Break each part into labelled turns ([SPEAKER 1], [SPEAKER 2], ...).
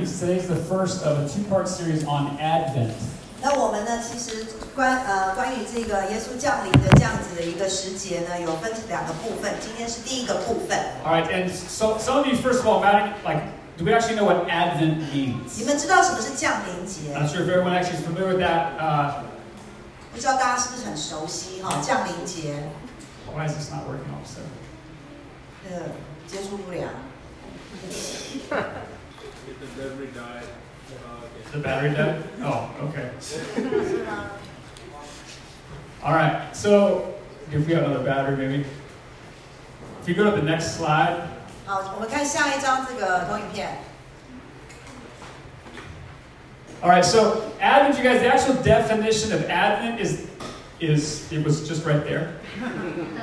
[SPEAKER 1] Today's the first of a two-part series on Advent.
[SPEAKER 2] 那我们呢，其实关呃关于这个耶稣降临的这样子的一个时节呢，有分成两个部分。今天是第一个部分，
[SPEAKER 1] All right, and so some of you, first of all, Matt, like, do we actually know what Advent
[SPEAKER 2] 你
[SPEAKER 1] means?
[SPEAKER 2] 们知道什么是降临节？
[SPEAKER 1] I'm not sure if everyone actually is familiar with that. Uh,
[SPEAKER 2] 不知道大家是不是很熟悉哈、降临节，
[SPEAKER 1] why is this not working, officer?
[SPEAKER 2] 呃，接触不良。
[SPEAKER 3] If the delivery died, uh,
[SPEAKER 1] Is the battery dead? Oh, okay. All right, so if we have another battery, maybe. If you go to the next slide,
[SPEAKER 2] 好，我们看下一张这个投影片。
[SPEAKER 1] All right, so Advent, you guys, the actual definition of Advent is, is it was just right there.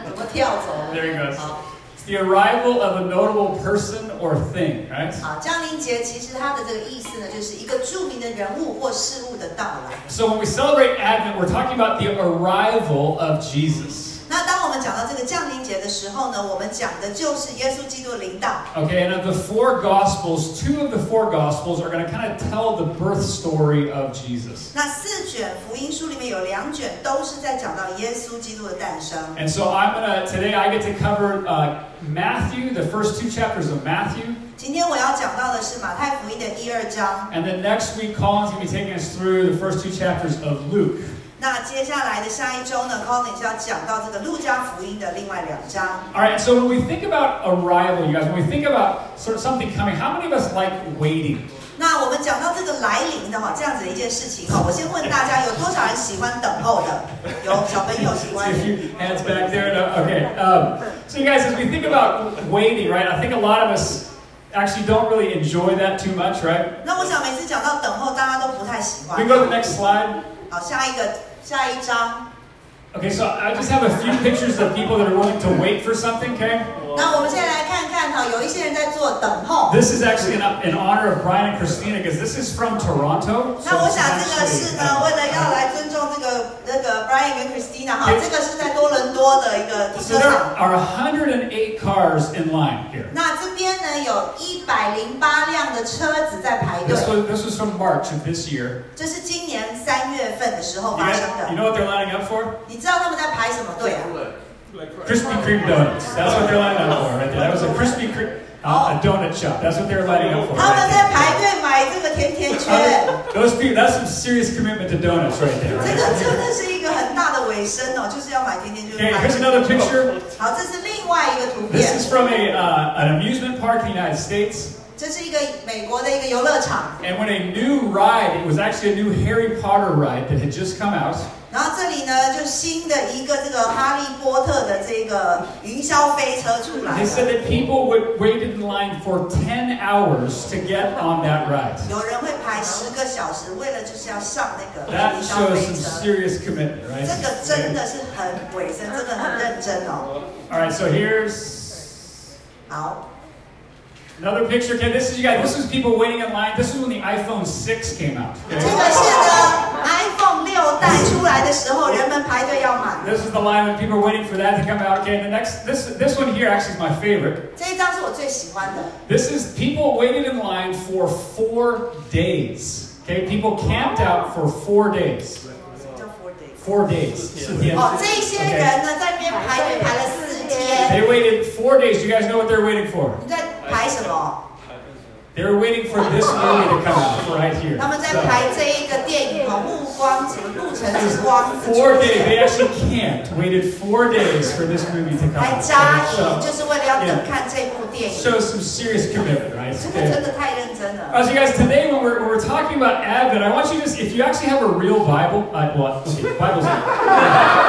[SPEAKER 2] 怎么跳走了
[SPEAKER 1] There you go.
[SPEAKER 2] 好，
[SPEAKER 1] It's the arrival of a notable person or thing, right?
[SPEAKER 2] 好，降临节其实它的这个意思呢，就是一个著名的人物或事物的到来。
[SPEAKER 1] So when we celebrate Advent, we're talking about the arrival of Jesus.
[SPEAKER 2] 那当我们讲到这个降临节的时候呢，我们讲的就是耶稣基督的领导。
[SPEAKER 1] Okay, and of the four Gospels, two of the four Gospels are going to kind of tell the birth story of Jesus.
[SPEAKER 2] 那四卷福音书里面有两卷都是在讲到耶稣基督的诞生。
[SPEAKER 1] And so I'm going to, today I get to cover uh, Matthew, the first two chapters of Matthew.
[SPEAKER 2] 今天我要讲到的是马太福音的一二章，
[SPEAKER 1] And then next week, Colin's going to be taking us through the first two chapters of Luke.
[SPEAKER 2] 那接下来的下一周呢，Colin 是要讲到这个路加福音的另外两章。
[SPEAKER 1] All right, so when we think about arrival, you guys, when we think about sort of something coming, how many of us like waiting?
[SPEAKER 2] 那我们讲到这个来临的哈，这样子的一件事情哈，我先问大家，有多少人喜欢等候的？有小朋友 喜
[SPEAKER 1] See
[SPEAKER 2] 欢
[SPEAKER 1] a few hands back there. No, okay. Um, so, you guys, as we think about waiting, right, I think a lot of us actually don't really enjoy that too much, right?
[SPEAKER 2] 那我想每次讲到等候，大家都不太喜欢
[SPEAKER 1] We。go to the next slide.
[SPEAKER 2] 好，下一个，下一章。
[SPEAKER 1] Okay, so I just have a few pictures of people that are willing to wait for something, okay?
[SPEAKER 2] 那我们现在来看看哈，有一些人在做等候。
[SPEAKER 1] This is actually in, in honor of Brian and Christina because this is from Toronto. So
[SPEAKER 2] 那我
[SPEAKER 1] this is
[SPEAKER 2] 想这个是
[SPEAKER 1] actually,
[SPEAKER 2] 呢，为了
[SPEAKER 1] uh,
[SPEAKER 2] 要来尊重这个那个 Brian 跟 Christina 哈，这个是在多伦多的一个
[SPEAKER 1] uh,
[SPEAKER 2] 停
[SPEAKER 1] So
[SPEAKER 2] 车
[SPEAKER 1] there
[SPEAKER 2] 场。
[SPEAKER 1] are 108 cars in line here.
[SPEAKER 2] 那这边呢有一百零八辆的车子在排
[SPEAKER 1] This
[SPEAKER 2] 队，
[SPEAKER 1] was, this was from March of this year.
[SPEAKER 2] 这是今年三月份的时候
[SPEAKER 1] You,
[SPEAKER 2] 发
[SPEAKER 1] guys-
[SPEAKER 2] 生
[SPEAKER 1] you
[SPEAKER 2] 的。
[SPEAKER 1] know what they're lining up for?
[SPEAKER 2] 你知道他们在排什么队啊？
[SPEAKER 3] like for
[SPEAKER 1] Krispy Kreme donuts. That's what they're lining up for right there. That was a Krispy Kreme, uh, a donut shop. That's what they're lining up for.
[SPEAKER 2] 他们
[SPEAKER 1] right
[SPEAKER 2] 在
[SPEAKER 1] there.
[SPEAKER 2] 排队买这个甜甜 圈，
[SPEAKER 1] Uh, Those people, that's some serious commitment to donuts right there.
[SPEAKER 2] 这
[SPEAKER 1] right?
[SPEAKER 2] 个真的是一个很大的尾声哦，就是要买甜甜圈。
[SPEAKER 1] Okay, here's another picture.
[SPEAKER 2] 好，这是另外一个图
[SPEAKER 1] This
[SPEAKER 2] 片，
[SPEAKER 1] is from a, uh, an amusement park in the United States.
[SPEAKER 2] 这是一个美国的一个游乐场，
[SPEAKER 1] And when a new ride, it was actually a new Harry Potter ride that had just come out.
[SPEAKER 2] 然后这里呢就新的一个这个哈利波特的这个云霄飞车出来
[SPEAKER 1] They
[SPEAKER 2] 了
[SPEAKER 1] said that people would waited in line for 10 hours to get on that ride.
[SPEAKER 2] 有人会排十个小时，为了就是要上那个
[SPEAKER 1] That
[SPEAKER 2] 云霄
[SPEAKER 1] shows
[SPEAKER 2] 飞
[SPEAKER 1] some
[SPEAKER 2] 车。
[SPEAKER 1] serious commitment, right?
[SPEAKER 2] 这个真的是很尾声，真的很认真哦。
[SPEAKER 1] All right, so here's
[SPEAKER 2] 好，
[SPEAKER 1] another picture. Okay, this is you guys. This was people waiting in line. This was when the iPhone 6 came out.
[SPEAKER 2] 这
[SPEAKER 1] Okay?
[SPEAKER 2] 个是呢 iPhone 六代出来的时候，人们排队要买。
[SPEAKER 1] This is the line when people were waiting for that to come out. Okay, and the next this this one here actually is my favorite.
[SPEAKER 2] 这一张是我最喜欢的。
[SPEAKER 1] This is people waited in line for four days. Okay, people camped out for four days.
[SPEAKER 2] 叫 Four Days。
[SPEAKER 1] Four days. This is the end.
[SPEAKER 2] 哦，这些人呢在那边排队排了四天，
[SPEAKER 1] They waited four days. You guys know what they're waiting for?
[SPEAKER 2] 你在排什么？
[SPEAKER 1] They were waiting for this movie to come out right here.
[SPEAKER 2] 他们在
[SPEAKER 1] So-
[SPEAKER 2] 排这一个电影哦，《暮光之路程之光》的
[SPEAKER 1] Four
[SPEAKER 2] 出
[SPEAKER 1] days.
[SPEAKER 2] 现，
[SPEAKER 1] They actually camped. Waited four days for this movie to come
[SPEAKER 2] 还
[SPEAKER 1] out.
[SPEAKER 2] 加营，
[SPEAKER 1] So,
[SPEAKER 2] 就是为了要等看这部电影。
[SPEAKER 1] shows some serious commitment, right?
[SPEAKER 2] 这个
[SPEAKER 1] Okay.
[SPEAKER 2] 真的太认真了。
[SPEAKER 1] Uh, so you guys, today when we're, when we're talking about Advent, I want you to, if you actually have a real Bible, uh, well, okay, Bibles, but if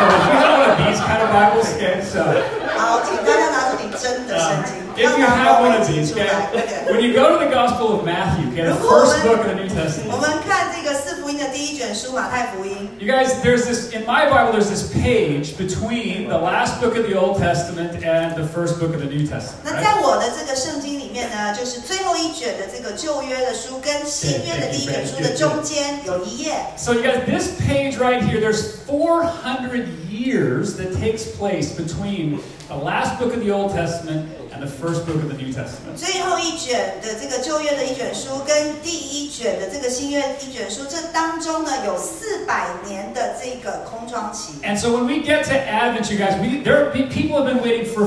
[SPEAKER 1] you have one of these kind of Bibles, okay, so,
[SPEAKER 2] 好，请大家拿出你真的圣
[SPEAKER 1] uh,
[SPEAKER 2] 经，
[SPEAKER 1] if you
[SPEAKER 2] 让大
[SPEAKER 1] have
[SPEAKER 2] 家
[SPEAKER 1] one
[SPEAKER 2] 嗯帮我
[SPEAKER 1] of
[SPEAKER 2] 挤
[SPEAKER 1] these,
[SPEAKER 2] 出来
[SPEAKER 1] okay,
[SPEAKER 2] 那个。
[SPEAKER 1] when you go to the Gospel of Matthew, okay, the first book of the New Testament,
[SPEAKER 2] 我们看这个四福音的第一卷书《马太福音
[SPEAKER 1] You guys, there's this, in my Bible, there's this page between the last book of the Old Testament and the first book of the New》，Testament.
[SPEAKER 2] 那
[SPEAKER 1] right?
[SPEAKER 2] 在我的这个圣经里面呢，就是最后一卷的这个旧约的书跟新约的第一卷书的中间有一页。
[SPEAKER 1] So, you guys, this page right here, there's 400 years that takes place between the last book of the Old Testament and the first book of the New Testament.
[SPEAKER 2] 最后一卷的这个旧约的一卷书跟第一卷的这个新约一卷书，这当中呢有四百年的这个空窗期。
[SPEAKER 1] And so when we get to Advent, you guys, we, there are, people have been waiting for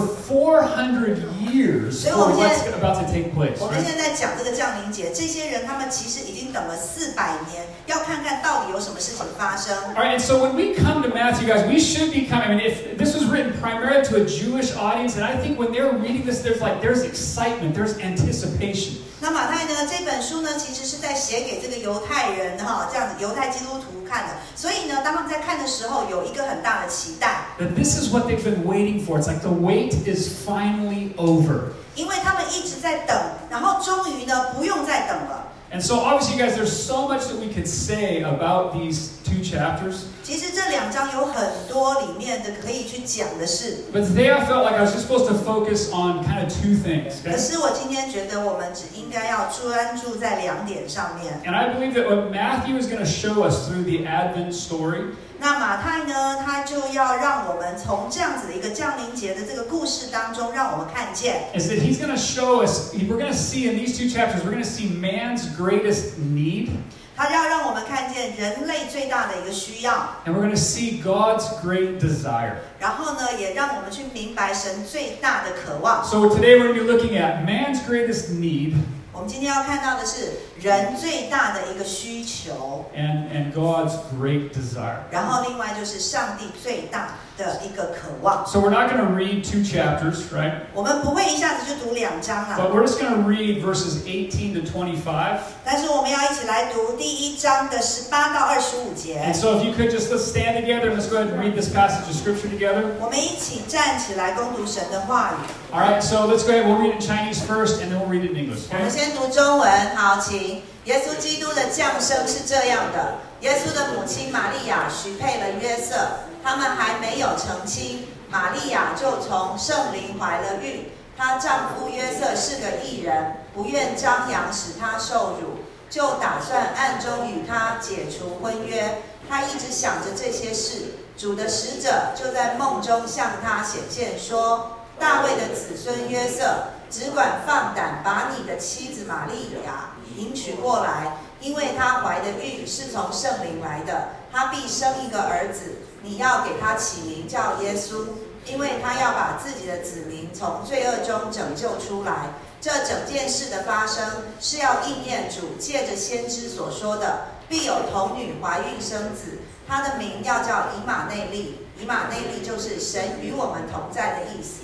[SPEAKER 1] 400 years for
[SPEAKER 2] So what
[SPEAKER 1] what's
[SPEAKER 2] is-
[SPEAKER 1] about to take place.
[SPEAKER 2] 我们
[SPEAKER 1] right?
[SPEAKER 2] 现在讲这个降临节，这些人他们其实已经等了四百年，要看看到底有什么事情发生。
[SPEAKER 1] All right, and so when we come to Matthew, guys, we should be coming. I mean, if this was written primarily to a Jewish audience, and I think when they're reading this, there's like there's excitement, there's anticipation.
[SPEAKER 2] 那马太呢这本书呢，其实是在写给这个犹太人哈，这样子犹太基督徒看的。所以呢，当他们在看的时候，有一个很大的期待，
[SPEAKER 1] That this is what they've been waiting for. It's like the wait is finally over.
[SPEAKER 2] 因为他们一直在等，然后终于呢不用再等了。
[SPEAKER 1] And so obviously, guys, there's so much that we could say about these two chapters,
[SPEAKER 2] 其实这两章有很多里面的可以去讲的事，
[SPEAKER 1] but today I felt like I was just supposed to focus on kind of two things.
[SPEAKER 2] 可
[SPEAKER 1] Okay?
[SPEAKER 2] 是我今天觉得我们只应该要专注在两点上面。
[SPEAKER 1] And I believe that what Matthew is going to show us through the Advent story
[SPEAKER 2] 那马太呢，他就要让我们从这样子的一个降临节的这个故事当中，让我们看见，
[SPEAKER 1] is that he's going to show us, we're going to see in these two chapters, we're going to see man's greatest need,
[SPEAKER 2] 他要让我们看见人类最大的一个需要，
[SPEAKER 1] and we're going to see God's great desire.
[SPEAKER 2] 然后呢，也让我们去明白神最大的渴望。
[SPEAKER 1] So today we're going to be looking at man's greatest need
[SPEAKER 2] 我们今天要看到的是人最大的一个需求，
[SPEAKER 1] and, and God's great desire.
[SPEAKER 2] 然后另外就是上帝最大的一个渴望。
[SPEAKER 1] So we're not going to read two chapters, right?
[SPEAKER 2] 我们不会一下子就读两章啊啦，
[SPEAKER 1] But we're just going to read verses 18 to 25.
[SPEAKER 2] 但是我们要一起来读第一章的十八到二十五节
[SPEAKER 1] And。so if you could just let's stand together and let's go ahead and read this passage of scripture together.
[SPEAKER 2] 我们一起站起来攻读神的话语。
[SPEAKER 1] All right, so let's go ahead. We'll read it in Chinese first, and then we'll read it in English.
[SPEAKER 2] 我
[SPEAKER 1] Okay?
[SPEAKER 2] 们先读中文，好，请。耶稣基督的降生是这样的：耶稣的母亲玛利亚许配了约瑟，他们还没有成亲，玛利亚就从圣灵怀了孕。她丈夫约瑟是个艺人，不愿张扬使她受辱，就打算暗中与她解除婚约。她一直想着这些事，主的使者就在梦中向她显现说：“大卫的子孙约瑟，只管放胆把你的妻子玛利亚迎娶过来，因为她怀的孕是从圣灵来的，她必生一个儿子，你要给他起名叫耶稣，因为他要把自己的子民从罪恶中拯救出来。这整件事的发生是要应验主借着先知所说的，必有童女怀孕生子，她的名要叫以马内利。以马内利就是神与我们同在的意思。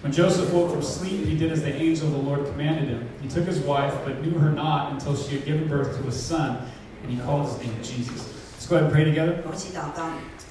[SPEAKER 1] When Joseph woke from sleep, he did as the angel of the Lord commanded him. He took his wife, but knew her not until she had given birth to a son, and he called his name Jesus. Let's go ahead and pray together.
[SPEAKER 2] 我们一起祷告，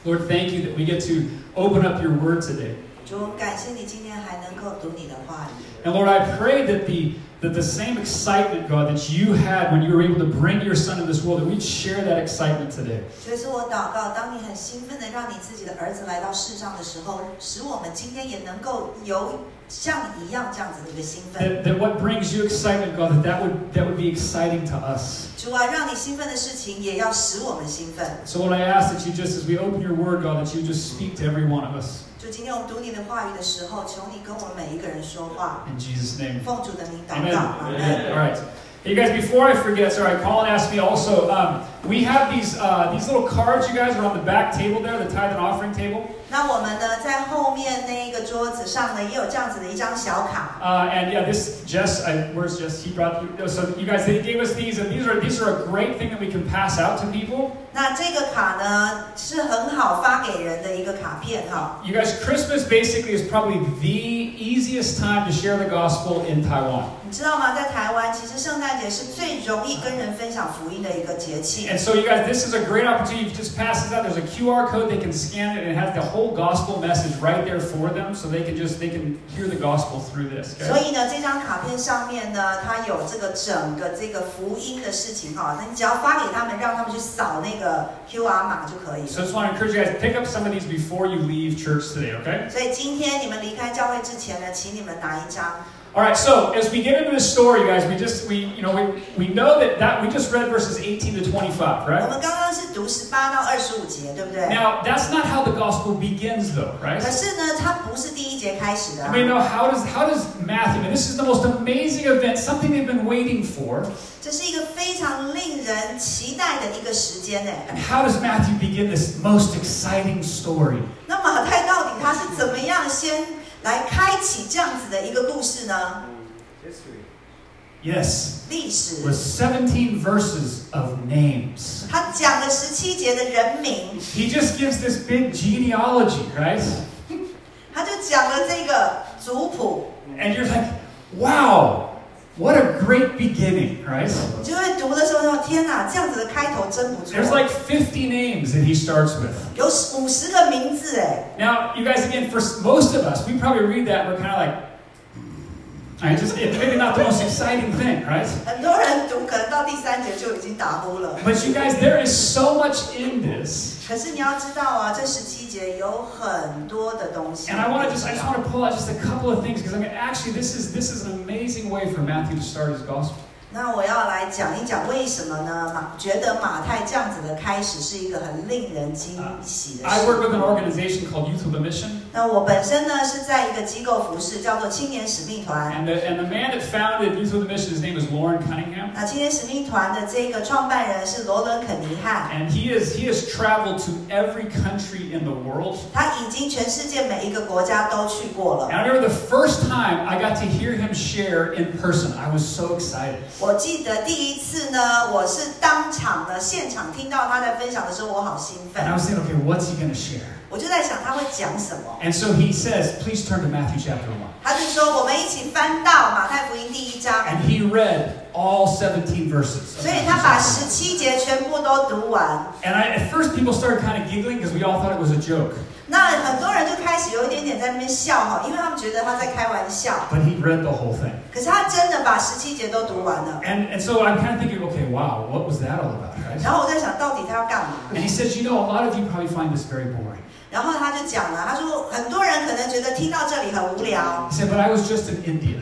[SPEAKER 1] Lord, thank you that we get to open up your word today.
[SPEAKER 2] 主，我们感谢你今天还能够读你的话语。
[SPEAKER 1] And Lord, I pray that the that the same excitement, God, that you had when you were able to bring your son into this world, that we'd share that excitement today.
[SPEAKER 2] 所以说我祷告，当你很兴奋的让你自己的儿子来到世上的时候，使我们今天也能够有像你一样这样子的一个兴奋。
[SPEAKER 1] That, that what brings you excitement, God, that, that would that would be exciting to us.
[SPEAKER 2] 主啊，让你兴奋的事情也要使我们兴奋。
[SPEAKER 1] So Lord, I ask that you just as we open your word, God, that you just speak to every one of us.
[SPEAKER 2] 就今天我们读你的话语的时候，求你跟我们每一个人说话，
[SPEAKER 1] In Jesus' name.
[SPEAKER 2] 奉主的名祷
[SPEAKER 1] Amen.
[SPEAKER 2] 告，阿门。
[SPEAKER 1] Amen. All right. Hey guys, before I forget, sorry, Colin asked me also. Um, We have these uh, these little cards, you guys, are on the back table there, the tithe and offering table.
[SPEAKER 2] 那我们呢，在后面那一个桌子上呢，也有这样子的一张小卡。
[SPEAKER 1] Uh, and yeah, this Jess, I, where's Jess? He brought you. oh, So you guys, they gave us these, and these are these are a great thing that we can pass out to people.
[SPEAKER 2] 那这个卡呢，是很好发给人的一个卡片哈。
[SPEAKER 1] You guys, Christmas basically is probably the easiest time to share the gospel in Taiwan.
[SPEAKER 2] 你知道吗？在台湾，其实圣诞节是最容易跟人分享福音的一个节气。
[SPEAKER 1] And so, you guys, this is a great opportunity. You just pass this out. There's a QR code they can scan it, and it has the whole gospel message right there for them, so they can just they can hear the gospel through this.
[SPEAKER 2] 所
[SPEAKER 1] Okay?
[SPEAKER 2] 以呢，这张卡片上面呢，它有这个整个这个福音的事情哈、那你只要发给他们，让他们去扫那个 QR 码就可以了。
[SPEAKER 1] So, I just want to encourage you guys pick up some of these before you leave church today. Okay.
[SPEAKER 2] 所以今天你们离开教会之前呢，请你们拿一张。
[SPEAKER 1] All right, so as we get into this story, you guys, we just we you know we, we know that that we just read verses 18 to 25,
[SPEAKER 2] 我
[SPEAKER 1] right?
[SPEAKER 2] 们刚刚是读十八到二十五节，对不对？
[SPEAKER 1] Now that's not how the gospel begins, though,
[SPEAKER 2] 可
[SPEAKER 1] right?
[SPEAKER 2] 是呢，它不是第一节开始的、
[SPEAKER 1] I
[SPEAKER 2] 啊。
[SPEAKER 1] mean, now how does how does Matthew? And this is the most amazing event, something they've been waiting for.
[SPEAKER 2] 这是一个非常令人期待的一个时间呢。
[SPEAKER 1] And how does Matthew begin this most exciting story?
[SPEAKER 2] 那马太到底他是怎么样先来开启这样子的一个故事呢？
[SPEAKER 1] Yes,
[SPEAKER 2] 历史，
[SPEAKER 1] with 17 verses of names.
[SPEAKER 2] 他讲了十七节的人名，
[SPEAKER 1] He just gives this big genealogy, right?
[SPEAKER 2] 他就讲了这个族谱，
[SPEAKER 1] And you're like, wow, what a great beginning, right?
[SPEAKER 2] 你就会读的时候说：天哪，这样子的开头真不错。
[SPEAKER 1] There's like 50 names that he starts with.
[SPEAKER 2] 有五十个名字哎，
[SPEAKER 1] Now, you guys, again, for s- most of us, we probably read that and we're kind of like, I just, it's maybe not the most exciting thing, right?
[SPEAKER 2] 很多人读可能到第三节就已经打呼了。
[SPEAKER 1] But you guys, there is so much in this.
[SPEAKER 2] 可是你要知道啊，这十七节有很多的东西。
[SPEAKER 1] And I want to just, I just want to pull out just a couple of things because I mean, actually, this is this is an amazing way for Matthew to start his gospel.
[SPEAKER 2] 那我要来讲一讲为什么呢？马觉得马太这样子的开始是一个很令人惊喜的
[SPEAKER 1] I
[SPEAKER 2] 事。
[SPEAKER 1] work with an organization called Youth with a Mission,
[SPEAKER 2] 那我本身呢是在一个机构服侍，叫做青年使命团。
[SPEAKER 1] and the and the man that founded Youth with a Mission, his name is Lauren Cunningham,
[SPEAKER 2] 那青年使命团的这个创办人是罗伦肯尼汉，
[SPEAKER 1] and he is he has traveled to every country in the world.
[SPEAKER 2] 他已经全世界每一个国家都去过了。
[SPEAKER 1] And I remember the first time I got to hear him share in person. I was so excited.
[SPEAKER 2] 我记得第一次呢，我是当场呢现场听到他在分享的时候，我好兴
[SPEAKER 1] And I
[SPEAKER 2] 奋，
[SPEAKER 1] was thinking, okay, what's he going to share?
[SPEAKER 2] 我就在想他会讲什么。
[SPEAKER 1] And so he says, please turn to Matthew chapter 1.
[SPEAKER 2] 他就说我们一起翻到马太福音第一章。
[SPEAKER 1] And he read all 17 verses. of
[SPEAKER 2] 所以
[SPEAKER 1] Matthew
[SPEAKER 2] 他
[SPEAKER 1] chapter
[SPEAKER 2] 把
[SPEAKER 1] 1.
[SPEAKER 2] 十七节全部都读完。
[SPEAKER 1] And I, at first, people started kind of giggling because we all thought it was a joke.
[SPEAKER 2] 那很多人就开始有一点点在那边笑哈，因为他们觉得他在开玩笑。
[SPEAKER 1] But he read the whole thing.
[SPEAKER 2] 可是他真的把十七节都读完了。
[SPEAKER 1] And, and so I'm kind of thinking, okay, wow, what was that all about, right?
[SPEAKER 2] 然后我在想，到底他要干嘛？
[SPEAKER 1] And he says, you know, a lot of you probably find this very boring.
[SPEAKER 2] 然后他就讲了，他说很多人可能觉得听到这里很无聊，
[SPEAKER 1] He said, but I was just in India.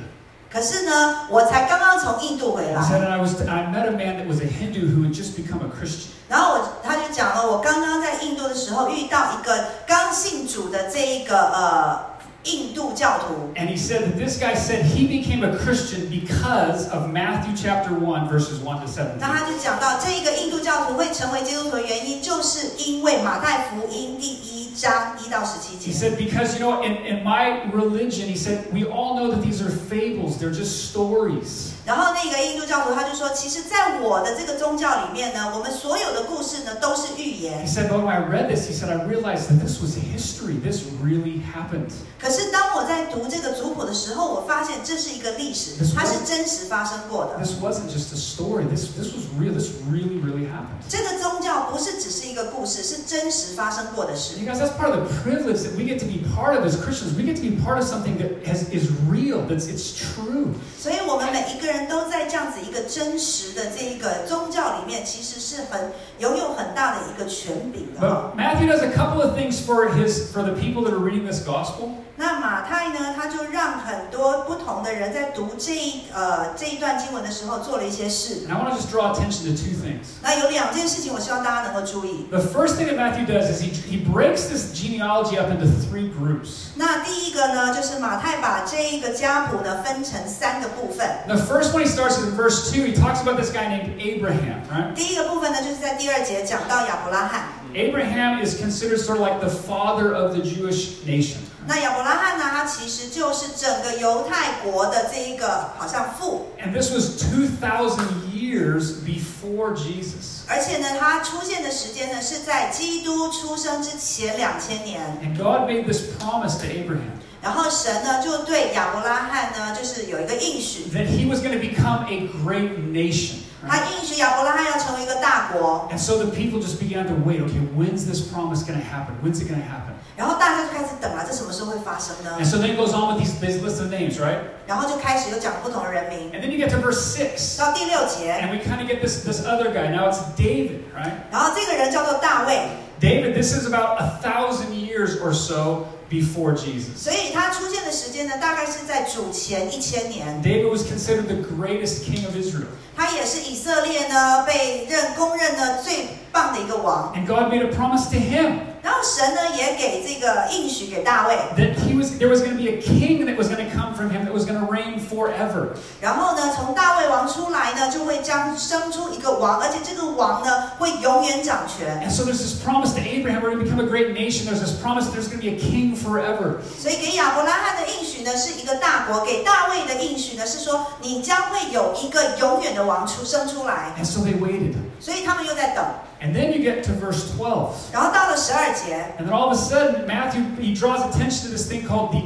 [SPEAKER 2] 可是呢，我才刚刚从印度回
[SPEAKER 1] He
[SPEAKER 2] 来，
[SPEAKER 1] said, and I, was, I met a man that was a Hindu who had just become a Christian.
[SPEAKER 2] 然后我他就讲了，我刚刚在印度的时候遇到一个刚信主的这一个呃印度教徒，
[SPEAKER 1] And he said that this guy said he became a Christian because of Matthew chapter 1, verses 1 to 17.
[SPEAKER 2] 那他就讲到，这一个印度教徒会成为基督徒的原因，就是因为马太福音第一章一到十七
[SPEAKER 1] He
[SPEAKER 2] 节。
[SPEAKER 1] said, because, you know, in, in my religion, he said, we all know that these are fables, they're just stories.
[SPEAKER 2] 然后那个印度教徒他就说，其实，在我的这个宗教里面呢，我们所有的故事呢都是寓
[SPEAKER 1] He
[SPEAKER 2] 言。
[SPEAKER 1] said, but when I read this, he said, I realized that this was history. This really happened.
[SPEAKER 2] 可是当我在读这个族谱的时候，我发现这是一个历史，它是真实发生过的。
[SPEAKER 1] This wasn't just a story. This this was real. This really, really happened.
[SPEAKER 2] 这个宗教不是只是一个故事，是真实发生过的事
[SPEAKER 1] So。you guys, that's part of the privilege that we get to be part of as Christians. We get to be part of something that has, is real. That's it's true.
[SPEAKER 2] 所以我们每一个人都在这样子一个真实的这一个宗教里面，其实是很拥有很大的一个权柄的哈。
[SPEAKER 1] But Matthew does a couple of things for his for the people that are reading this gospel.
[SPEAKER 2] 那那马太呢，他就让很多不同的人在读这一呃这一段经文的时候做了一些事。
[SPEAKER 1] And I want to just draw attention to two things.
[SPEAKER 2] 那有两件事情，我希望大家能够注意。
[SPEAKER 1] The first thing that Matthew does is he, he breaks this genealogy up into three groups.
[SPEAKER 2] 那第一个呢，就是马太把这一个家谱呢分成三个部分。
[SPEAKER 1] The first one he starts in verse 2, he talks about this guy named Abraham, right?
[SPEAKER 2] 第一个部分呢，就是在第二节讲到亚伯拉罕。
[SPEAKER 1] Abraham is considered sort of like the father of the Jewish nation.
[SPEAKER 2] 那亚伯拉罕呢，他其实就是整个犹太国的这一个好像父，
[SPEAKER 1] And this was 2,000 years before Jesus.
[SPEAKER 2] 而且呢，他出现的时间呢是在基督出生之前两千年。
[SPEAKER 1] And God made this promise to Abraham
[SPEAKER 2] 然后神呢就对亚伯拉罕呢，就是有一个应许，
[SPEAKER 1] that he was going to become a great nation.
[SPEAKER 2] 他
[SPEAKER 1] right?
[SPEAKER 2] 应许亚伯拉罕要成为一个大国。
[SPEAKER 1] And so the people just began to wait okay, when's this promise going to happen? When's it going to happen?
[SPEAKER 2] 然后大家就开始等啊，这什么时候会发生呢
[SPEAKER 1] And？so then it goes on with these, this list of names, right?
[SPEAKER 2] 然后就开始又讲不同的人名，
[SPEAKER 1] And then you get to verse 6.
[SPEAKER 2] 到第六节，
[SPEAKER 1] And we kind of get this, this other guy. Now it's David, right?
[SPEAKER 2] 然后这个人叫做大卫，
[SPEAKER 1] David, this is about a thousand years or so before Jesus.
[SPEAKER 2] 所以他出现的时间呢，大概是在主前一千年。
[SPEAKER 1] David was considered the greatest king of Israel.
[SPEAKER 2] 他也是以色列呢被认公认呢最棒的一个王。
[SPEAKER 1] And God made a promise to him
[SPEAKER 2] 然后神呢也给这个应许给大卫，
[SPEAKER 1] that he was there was going to be a king that was going to come from him that was going to reign forever.
[SPEAKER 2] 然后呢从大卫王出来呢就会将生出一个王，而且这个王呢会永远掌权。
[SPEAKER 1] And so there's this promise to Abraham we're going to become a great nation. There's this promise that there's going to be a king forever.
[SPEAKER 2] 所以给亚伯拉罕的应许呢是一个大国，给大卫的应许呢是说你将会有一个永远的王出生出来。
[SPEAKER 1] And so they waited.
[SPEAKER 2] 所以他们又在等，
[SPEAKER 1] And then you get to verse 12.
[SPEAKER 2] 然后到了十二节，
[SPEAKER 1] And then all of a sudden, Matthew he draws attention to this thing called the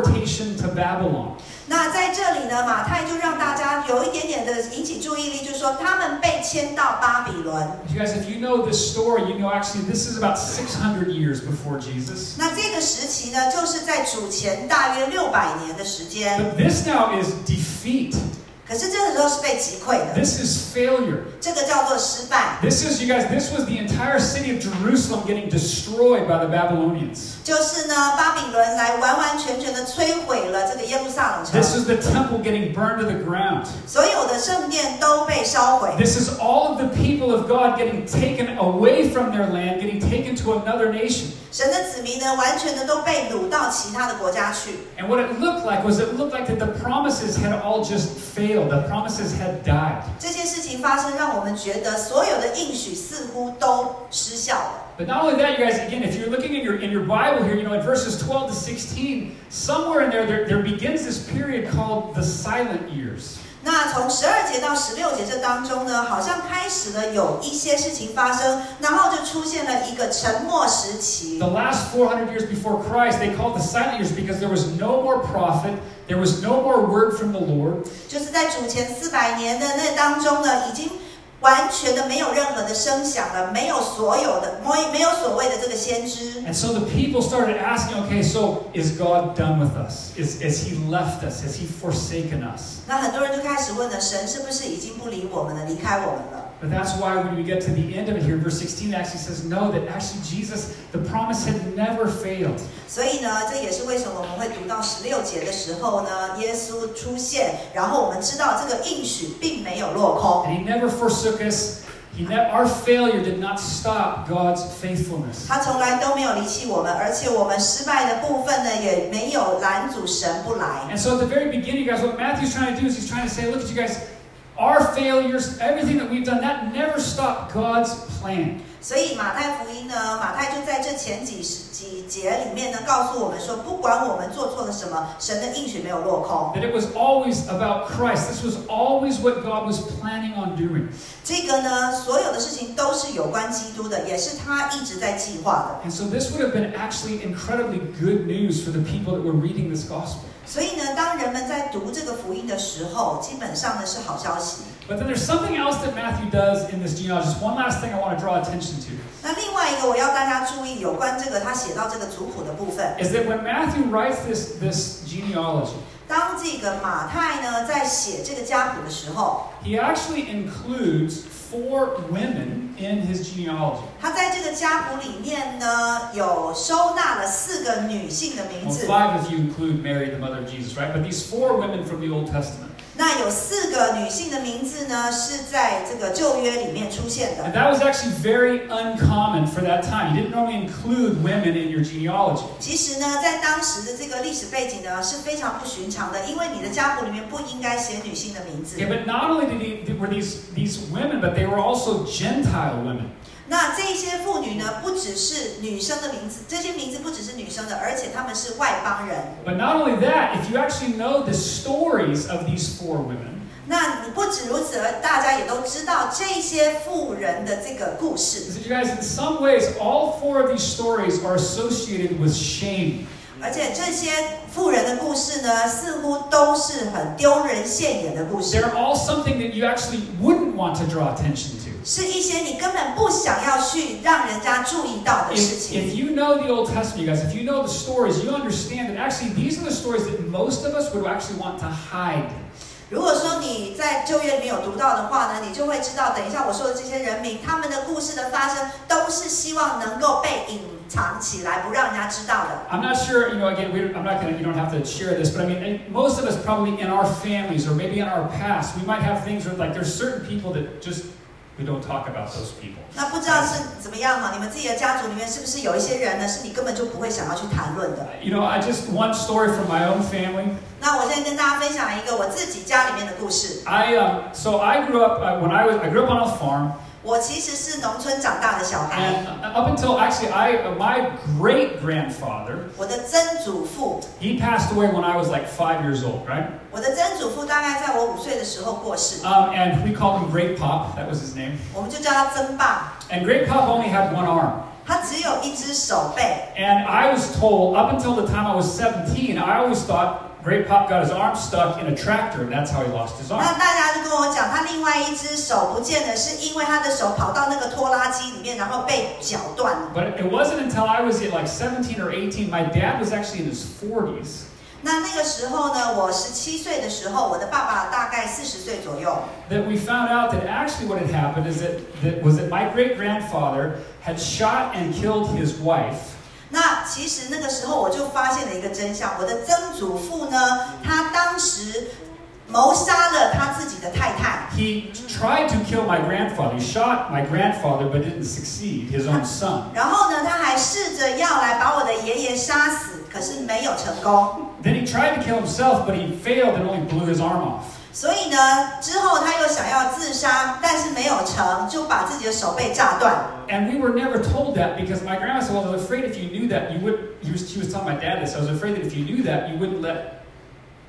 [SPEAKER 1] deportation to Babylon.
[SPEAKER 2] 那在这里呢，马太就让大家有一点点的引起注意力，就是说他们被迁到巴比伦。
[SPEAKER 1] You guys, if you know this story, you know actually this is about 600 years before Jesus.
[SPEAKER 2] 那这个时期呢，就是在主前大约六百年的时间。
[SPEAKER 1] But this now is defeat.
[SPEAKER 2] 可是这个时候是被击溃的，
[SPEAKER 1] This is failure.
[SPEAKER 2] 这个叫做失败，
[SPEAKER 1] This is, you guys, this was the entire city of Jerusalem getting destroyed by the Babylonians.
[SPEAKER 2] 就是呢，巴比伦来完完全全的摧毁了这个耶路撒冷
[SPEAKER 1] This
[SPEAKER 2] 城，
[SPEAKER 1] is the temple getting burned to the ground.
[SPEAKER 2] 所有的圣殿都被烧毁。
[SPEAKER 1] This is all of the people of God getting taken away from their land, getting taken to another nation.
[SPEAKER 2] 神的子民呢，完全的都被掳到其他的国家去。
[SPEAKER 1] And what it looked like was it looked like that the promises had all just failed. The promises had died.
[SPEAKER 2] 这些事情发生，让我们觉得所有的应许似乎都失效了。
[SPEAKER 1] But not only that, you guys, again, if you're looking in your in your Bible here, you know, in verses 12 to 16, somewhere in there, there, there begins this period called the silent years.
[SPEAKER 2] 那从十二节到十六节这当中呢，好像开始了有一些事情发生，然后就出现了一个沉默时期
[SPEAKER 1] The。last 400 years before Christ, they called the silent years because there was no more prophet, there was no more word from the Lord.
[SPEAKER 2] 就是在主前四百年的那当中呢，已经完全的没有任何的声响了，没有所有的没没有所谓的这个先知。
[SPEAKER 1] And so the people started asking, okay, so is God done with us? Is, is he left us? Has he forsaken us?
[SPEAKER 2] 那很多人就开始问了，神是不是已经不理我们了，离开我们了？
[SPEAKER 1] But that's why when we get to the end of it here, verse 16 it actually says, no, that actually Jesus, the promise had never failed.
[SPEAKER 2] 所以呢，这也是为什么我们会读到十六节的时候呢，耶稣出现，然后我们知道这个应许并没有落空，
[SPEAKER 1] And he never forsook us. He ne- our failure did not stop God's faithfulness.
[SPEAKER 2] 他从来都没有离弃我们，而且我们失败的部分呢，也没有拦阻神不来。
[SPEAKER 1] And so at the very beginning, guys, what Matthew's trying to do is he's trying to say, look at you guys, our failures, everything that we've done, that never stopped God's plan.
[SPEAKER 2] 所以马太福音呢，马太就在这前几十几节里面呢，告诉我们说，不管我们做错了什么，神的应许没有落空。
[SPEAKER 1] That it was always about Christ. This was always what God was planning on doing.
[SPEAKER 2] 这个呢，所有的事情都是有关基督的，也是他一直在计划的。
[SPEAKER 1] And so this would have been actually incredibly good news for the people that were reading this gospel.
[SPEAKER 2] 所以呢，当人们在读这个福音的时候，基本上呢是好消息。
[SPEAKER 1] But then there's something else that Matthew does in this genealogy. Just one last thing I want to draw attention to.
[SPEAKER 2] 那另外一个我要大家注意，有关这个他写到这个族谱的部分，
[SPEAKER 1] is that when Matthew writes this, this genealogy,
[SPEAKER 2] 当这个马太呢在写这个家谱的时候，
[SPEAKER 1] he actually includes four women in his genealogy.
[SPEAKER 2] 他在这个家谱里面呢，有收纳了四个女性的名
[SPEAKER 1] Well,
[SPEAKER 2] 字，
[SPEAKER 1] five if you include Mary, the mother of Jesus, right? But these four women from the Old Testament.
[SPEAKER 2] 那有四个女性的名字呢是在这个旧约里面出现的
[SPEAKER 1] And。that was actually very uncommon for that time. You didn't normally include women in your genealogy.
[SPEAKER 2] 其实呢，在当时的这个历史背景呢是非常不寻常的，因为你的家谱里面不应该写女性的名字
[SPEAKER 1] Okay,。but not only did he, were these, these women, but they were also Gentile women.
[SPEAKER 2] 那这些妇女呢，不只是女生的名字，这些名字不只是女生的，而且她们是外邦人。
[SPEAKER 1] But not only that, if you actually know the stories of these four women,
[SPEAKER 2] 那不止如此，大家也都知道这些妇人的这个故事。
[SPEAKER 1] is that you guys, in some ways, all four of these stories are associated with shame.
[SPEAKER 2] 而且这些富人的故事呢，似乎都是很丢人现眼的故事，
[SPEAKER 1] They're all something that you actually wouldn't want to draw attention to.
[SPEAKER 2] 是一些你根本不想要去让人家注意到的事
[SPEAKER 1] If,
[SPEAKER 2] 情
[SPEAKER 1] if。you know the Old Testament, you guys, if you know the stories, you understand that actually these are the stories that most of us would actually want to hide.
[SPEAKER 2] 如果说你在旧约里面有读到的话呢，你就会知道，等一下我说的这些人名，他们的故事的发生，都是希望能够被隐藏起来，不让人家知道的。
[SPEAKER 1] I'm not sure, you know, again, we, I'm not going to, you don't have to share this, but I mean, eh, most of us probably in our families or maybe in our past, we might have things where, like, there's certain people that just, we don't talk about those people.
[SPEAKER 2] 那不知道是怎么样哈，你们自己的家族里面是不是有一些人呢，是你根本就不会想要去谈论的？
[SPEAKER 1] You know, I just, one story from my own family.
[SPEAKER 2] 那我现在跟大家分享一个我自己家里面的故事。
[SPEAKER 1] I, um, so I grew up, uh, when I was, I grew up on a farm,
[SPEAKER 2] 我其实是农村长大的小孩，
[SPEAKER 1] and up until, actually, I, uh, my great grandfather,
[SPEAKER 2] 我的曾祖父，
[SPEAKER 1] he passed away when I was like five years old, right?
[SPEAKER 2] 我的曾祖父大概在我五岁的时候过世，
[SPEAKER 1] Um, and we called him Great Pop. That was his name.
[SPEAKER 2] 我们就叫他曾爸。
[SPEAKER 1] And Great Pop only had one arm.
[SPEAKER 2] 他只有一只手背，
[SPEAKER 1] And I was told, up until the time I was 17, I always thought Great Pop got his arm stuck in a tractor, and that's how he lost his
[SPEAKER 2] 那
[SPEAKER 1] arm.
[SPEAKER 2] 大家就跟我讲，他另外一只手不见了，是因为他的手跑到那个拖拉机里面，然后被绞断了。
[SPEAKER 1] But it wasn't until I was like 17 or 18, my dad was actually in his 40s,
[SPEAKER 2] 那那个时候呢，我十七岁的时候，我的爸爸大概四十岁左右。
[SPEAKER 1] that we found out that actually what had happened is that, that was that my great grandfather had shot and killed his wife.
[SPEAKER 2] 那其实那个时候我就发现了一个真相，我的曾祖父呢，他当时谋杀了他自己的太太。
[SPEAKER 1] He tried to kill my grandfather. He shot my grandfather but didn't succeed, his own son.
[SPEAKER 2] 然后呢，他还试着要来把我的爷爷杀死，可是没有成功。
[SPEAKER 1] Then he tried to kill himself, but he failed and only blew his arm off.
[SPEAKER 2] 所以呢，之后他又想要自杀，但是没有成，就把自己的手被炸断。
[SPEAKER 1] And we were never told that because my grandma said, "Well, I was afraid if you knew that, you would." He was, she was telling my dad this. I was afraid that if you knew that, you wouldn't let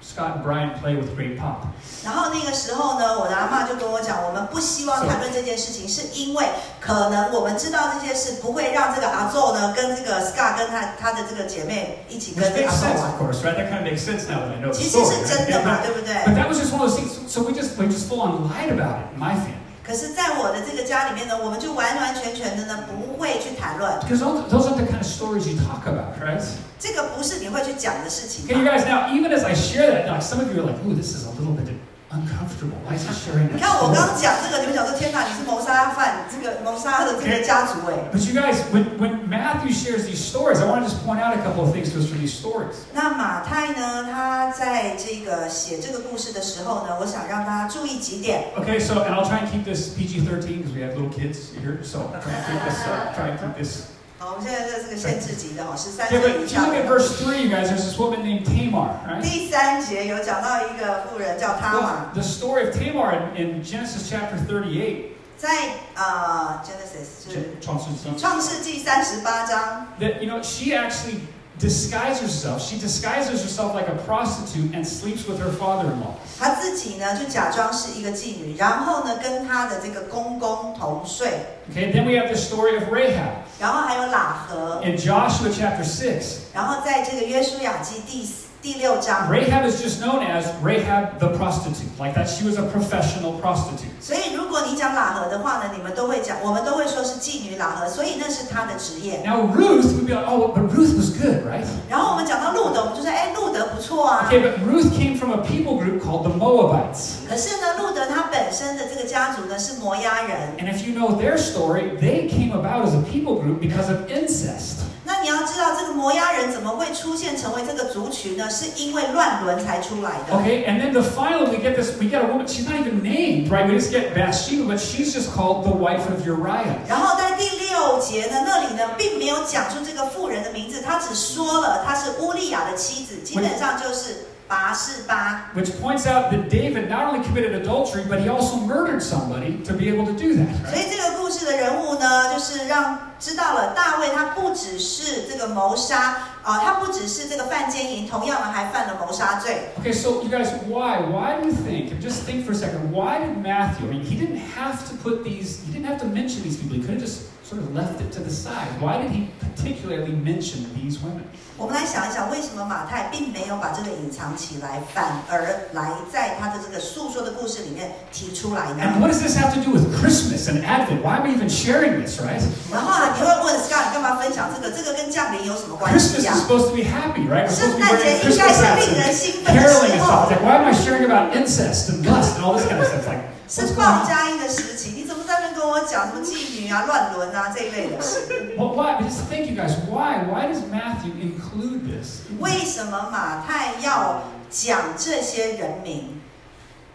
[SPEAKER 1] Scott and Brian play with Great Pop.
[SPEAKER 2] 然后那个时候呢，我的阿妈就跟我讲，我们不希望谈论这件事情，是因为可能我们知道这件事不会让这个阿宙呢跟这个 Scar 跟他他的这个姐妹一起
[SPEAKER 1] Which
[SPEAKER 2] 跟这个
[SPEAKER 1] makes
[SPEAKER 2] 阿宙
[SPEAKER 1] sense,
[SPEAKER 2] 玩
[SPEAKER 1] of。course, right? That kind of makes sense now that I know the
[SPEAKER 2] 其实
[SPEAKER 1] story.
[SPEAKER 2] 是真的嘛，
[SPEAKER 1] right?
[SPEAKER 2] 对不对
[SPEAKER 1] But-？But that was just one of those things. So we just we just full on lied about it in my family
[SPEAKER 2] 可是，在我的这个家里面呢，我们就完完全全的呢不会去谈论，
[SPEAKER 1] because those those are the kind of stories you talk about, right?
[SPEAKER 2] 这个不是你会去讲的事情啊嘛
[SPEAKER 1] Okay, you guys. Now, even as I share that, now some of you are like, "Ooh, this is a little bit uncomfortable. Why is he sharing that?"
[SPEAKER 2] 你看我
[SPEAKER 1] story?
[SPEAKER 2] 刚讲这个，你们讲说天哪，你是谋杀犯，这个谋杀的这个家族哎。
[SPEAKER 1] But you guys, when, when Matthew shares these stories, I want to just point out a couple of things to us from these stories.
[SPEAKER 2] 那马太呢，他在这个写这个故事的时候呢，我想让大家注意几点。
[SPEAKER 1] Okay, so, and I'll try and keep this PG 13 because we have little kids here, so try and keep this, uh, try and keep this.
[SPEAKER 2] 好，我们现在在这个限制级的哦，十三
[SPEAKER 1] Okay,
[SPEAKER 2] 岁
[SPEAKER 1] but
[SPEAKER 2] 以
[SPEAKER 1] if you look at
[SPEAKER 2] 上。
[SPEAKER 1] verse 3, you guys, there's this woman named Tamar, right?
[SPEAKER 2] 第三节有讲到一个妇人叫他
[SPEAKER 1] Well,
[SPEAKER 2] 玛，
[SPEAKER 1] the story of Tamar in, in Genesis chapter 38,
[SPEAKER 2] 在呃 Genesis 就是
[SPEAKER 1] Gen- Chaucer's-
[SPEAKER 2] 创世纪三十八章，
[SPEAKER 1] that, you know, she actually disguises herself. She disguises herself like a prostitute and sleeps with her father in law.
[SPEAKER 2] 她自己呢就假装是一个妓女，然后呢跟她的这个公公同睡，
[SPEAKER 1] Okay, then we have the story of Rahab
[SPEAKER 2] 然后还有喇合。
[SPEAKER 1] in Joshua chapter 6.
[SPEAKER 2] 然后在这个约书亚记第四第六章，
[SPEAKER 1] Rahab is just known as Rahab the prostitute, like that she was a professional prostitute.
[SPEAKER 2] 所以如果你讲喇合的话呢，你们都会讲，我们都会说是妓女喇合，所以那是她的职业。
[SPEAKER 1] Now Ruth would be like, oh, but Ruth was good, right?
[SPEAKER 2] 然后我们讲到路德，我们就说，哎，路德不错啊。
[SPEAKER 1] Okay, but Ruth came from a people group called the Moabites.
[SPEAKER 2] 可是呢，路德他本身的这个家族呢是摩押人。
[SPEAKER 1] And if you know their story, they came about as a people group because of incest.
[SPEAKER 2] 那你要知道，这个摩押人怎么会出现成为这个族群呢？是因为乱伦才出来的。
[SPEAKER 1] Okay, and then the final, we get this, we get a woman, she's not even named, right? We just get Bathsheba, but she's just called the wife of Uriah.
[SPEAKER 2] 然后在第六节呢，那里呢并没有讲出这个妇人的名字，他只说了她是乌利亚的妻子，基本上就是拔示巴。
[SPEAKER 1] Which points out that David not only committed adultery, but he also murdered somebody to be able to do that.
[SPEAKER 2] 所以这个故事的人物呢，就是让知道了大卫他不只是这个谋杀啊、呃他不只是这个犯奸淫，同样的还犯了谋杀罪。
[SPEAKER 1] Okay, so you guys, why? Why do you think? Just think for a second. Why did Matthew? I mean, he didn't have to put these. He didn't have to mention these people. He could have just sort of left it to the side. Why did he particularly mention these women?
[SPEAKER 2] 我们来想一想，为什么马太并没有把这个隐藏起来，反而来在他的这个诉说的故事里面提出来
[SPEAKER 1] And
[SPEAKER 2] 呢？
[SPEAKER 1] what does this have to do with Christmas and Advent? Why am I even sharing this, right?
[SPEAKER 2] 然后啊，你会问 Scott，你干嘛分享这个？这个跟降临有什么关
[SPEAKER 1] Christmas
[SPEAKER 2] 系呀、
[SPEAKER 1] is supposed to be happy, right? We're
[SPEAKER 2] 圣
[SPEAKER 1] supposed to be
[SPEAKER 2] 诞
[SPEAKER 1] wearing
[SPEAKER 2] 节应该
[SPEAKER 1] Christmas
[SPEAKER 2] 是
[SPEAKER 1] hats
[SPEAKER 2] 令人
[SPEAKER 1] and
[SPEAKER 2] 兴奋的
[SPEAKER 1] caroling and
[SPEAKER 2] 时
[SPEAKER 1] stuff.
[SPEAKER 2] 候
[SPEAKER 1] It's，like, why am I sharing about incest and lust and all this kind of stuff? It's like,
[SPEAKER 2] 是
[SPEAKER 1] what's going
[SPEAKER 2] 报
[SPEAKER 1] on?
[SPEAKER 2] 佳音的时期。你怎么在那跟我讲什么妓女啊、乱伦啊这一类的事？
[SPEAKER 1] Well, why? Just think, you guys. Why? Why does Matthew include this?
[SPEAKER 2] 为什么马太要讲这些人名？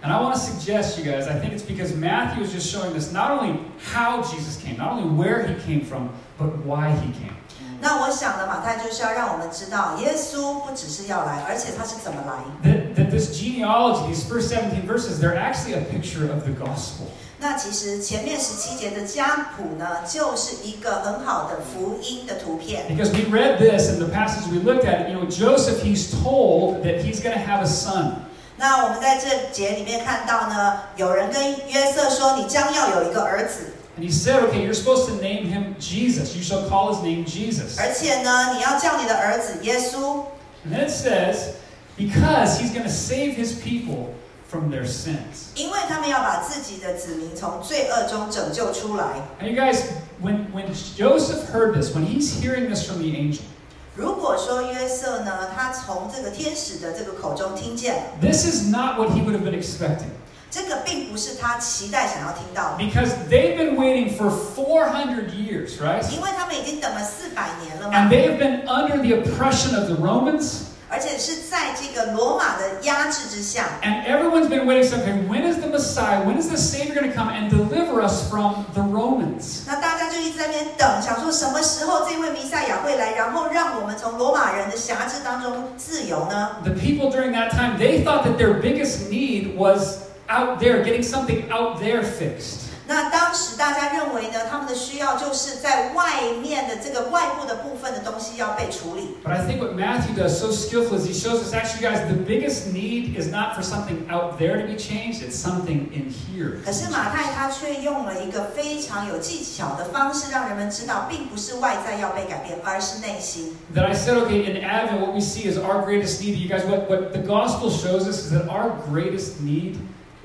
[SPEAKER 1] And I want to suggest, you guys, I think it's because Matthew is just showing us not only how Jesus came, not only where he came from, but why he came.
[SPEAKER 2] 那我想呢，马太就是要让我们知道，耶稣不只是要来，而且他是怎么来。
[SPEAKER 1] That, that this genealogy, these first 17 verses, they're actually a picture of the gospel.
[SPEAKER 2] 那其实前面十七节的家谱呢，就是一个很好的福音的图片。
[SPEAKER 1] Because we read this in the passage we looked at, you know, Joseph, he's told that he's going to have a son.
[SPEAKER 2] 那我们在这节里面看到呢，有人跟约瑟说：“你将要有一个儿子，
[SPEAKER 1] And he said, okay, you're supposed to name him Jesus. You shall call his name Jesus.
[SPEAKER 2] 而且呢，你要叫你的儿子耶稣，
[SPEAKER 1] And then it says, because he's going to save his people from their sins.
[SPEAKER 2] 因为他们要把自己的子民从罪恶中拯救出来。
[SPEAKER 1] And you guys, when, when Joseph heard this, when he's hearing this from the angel, ”
[SPEAKER 2] 如果说约瑟呢，他从这个天使的这个口中听见，
[SPEAKER 1] this is not what he would have been expecting.
[SPEAKER 2] 这个并不是他期待想要听到的，
[SPEAKER 1] Because they've been waiting for 400 years, right?
[SPEAKER 2] 因为他们已经等了四百年了嘛
[SPEAKER 1] And。they have been under the oppression of the Romans,
[SPEAKER 2] 而且是在这个罗马的压制之下，
[SPEAKER 1] and everyone's been waiting something. When is the Messiah? When is the Savior going to come and deliver us from the Romans?
[SPEAKER 2] 那大家就一直在那边等，想说什么时候这位弥赛亚会来，然后让我们从罗马人的辖制当中自由呢？
[SPEAKER 1] The people during that time, they thought that their biggest need was out there, getting something out there fixed.
[SPEAKER 2] 那当时大家认为呢，他们的需要就是在外面的这个外部的部分的东西要被处理。
[SPEAKER 1] But I think what Matthew does so skillfully is he shows us actually, guys, the biggest need is not for something out there to be changed, it's something in here.
[SPEAKER 2] 可是马太他却用了一个非常有技巧的方式，让人们知道，并不是外在要被改变，而是内心。
[SPEAKER 1] That I said, okay, in Advent, what we see is our greatest need. You guys, what, what the gospel shows us is that our greatest need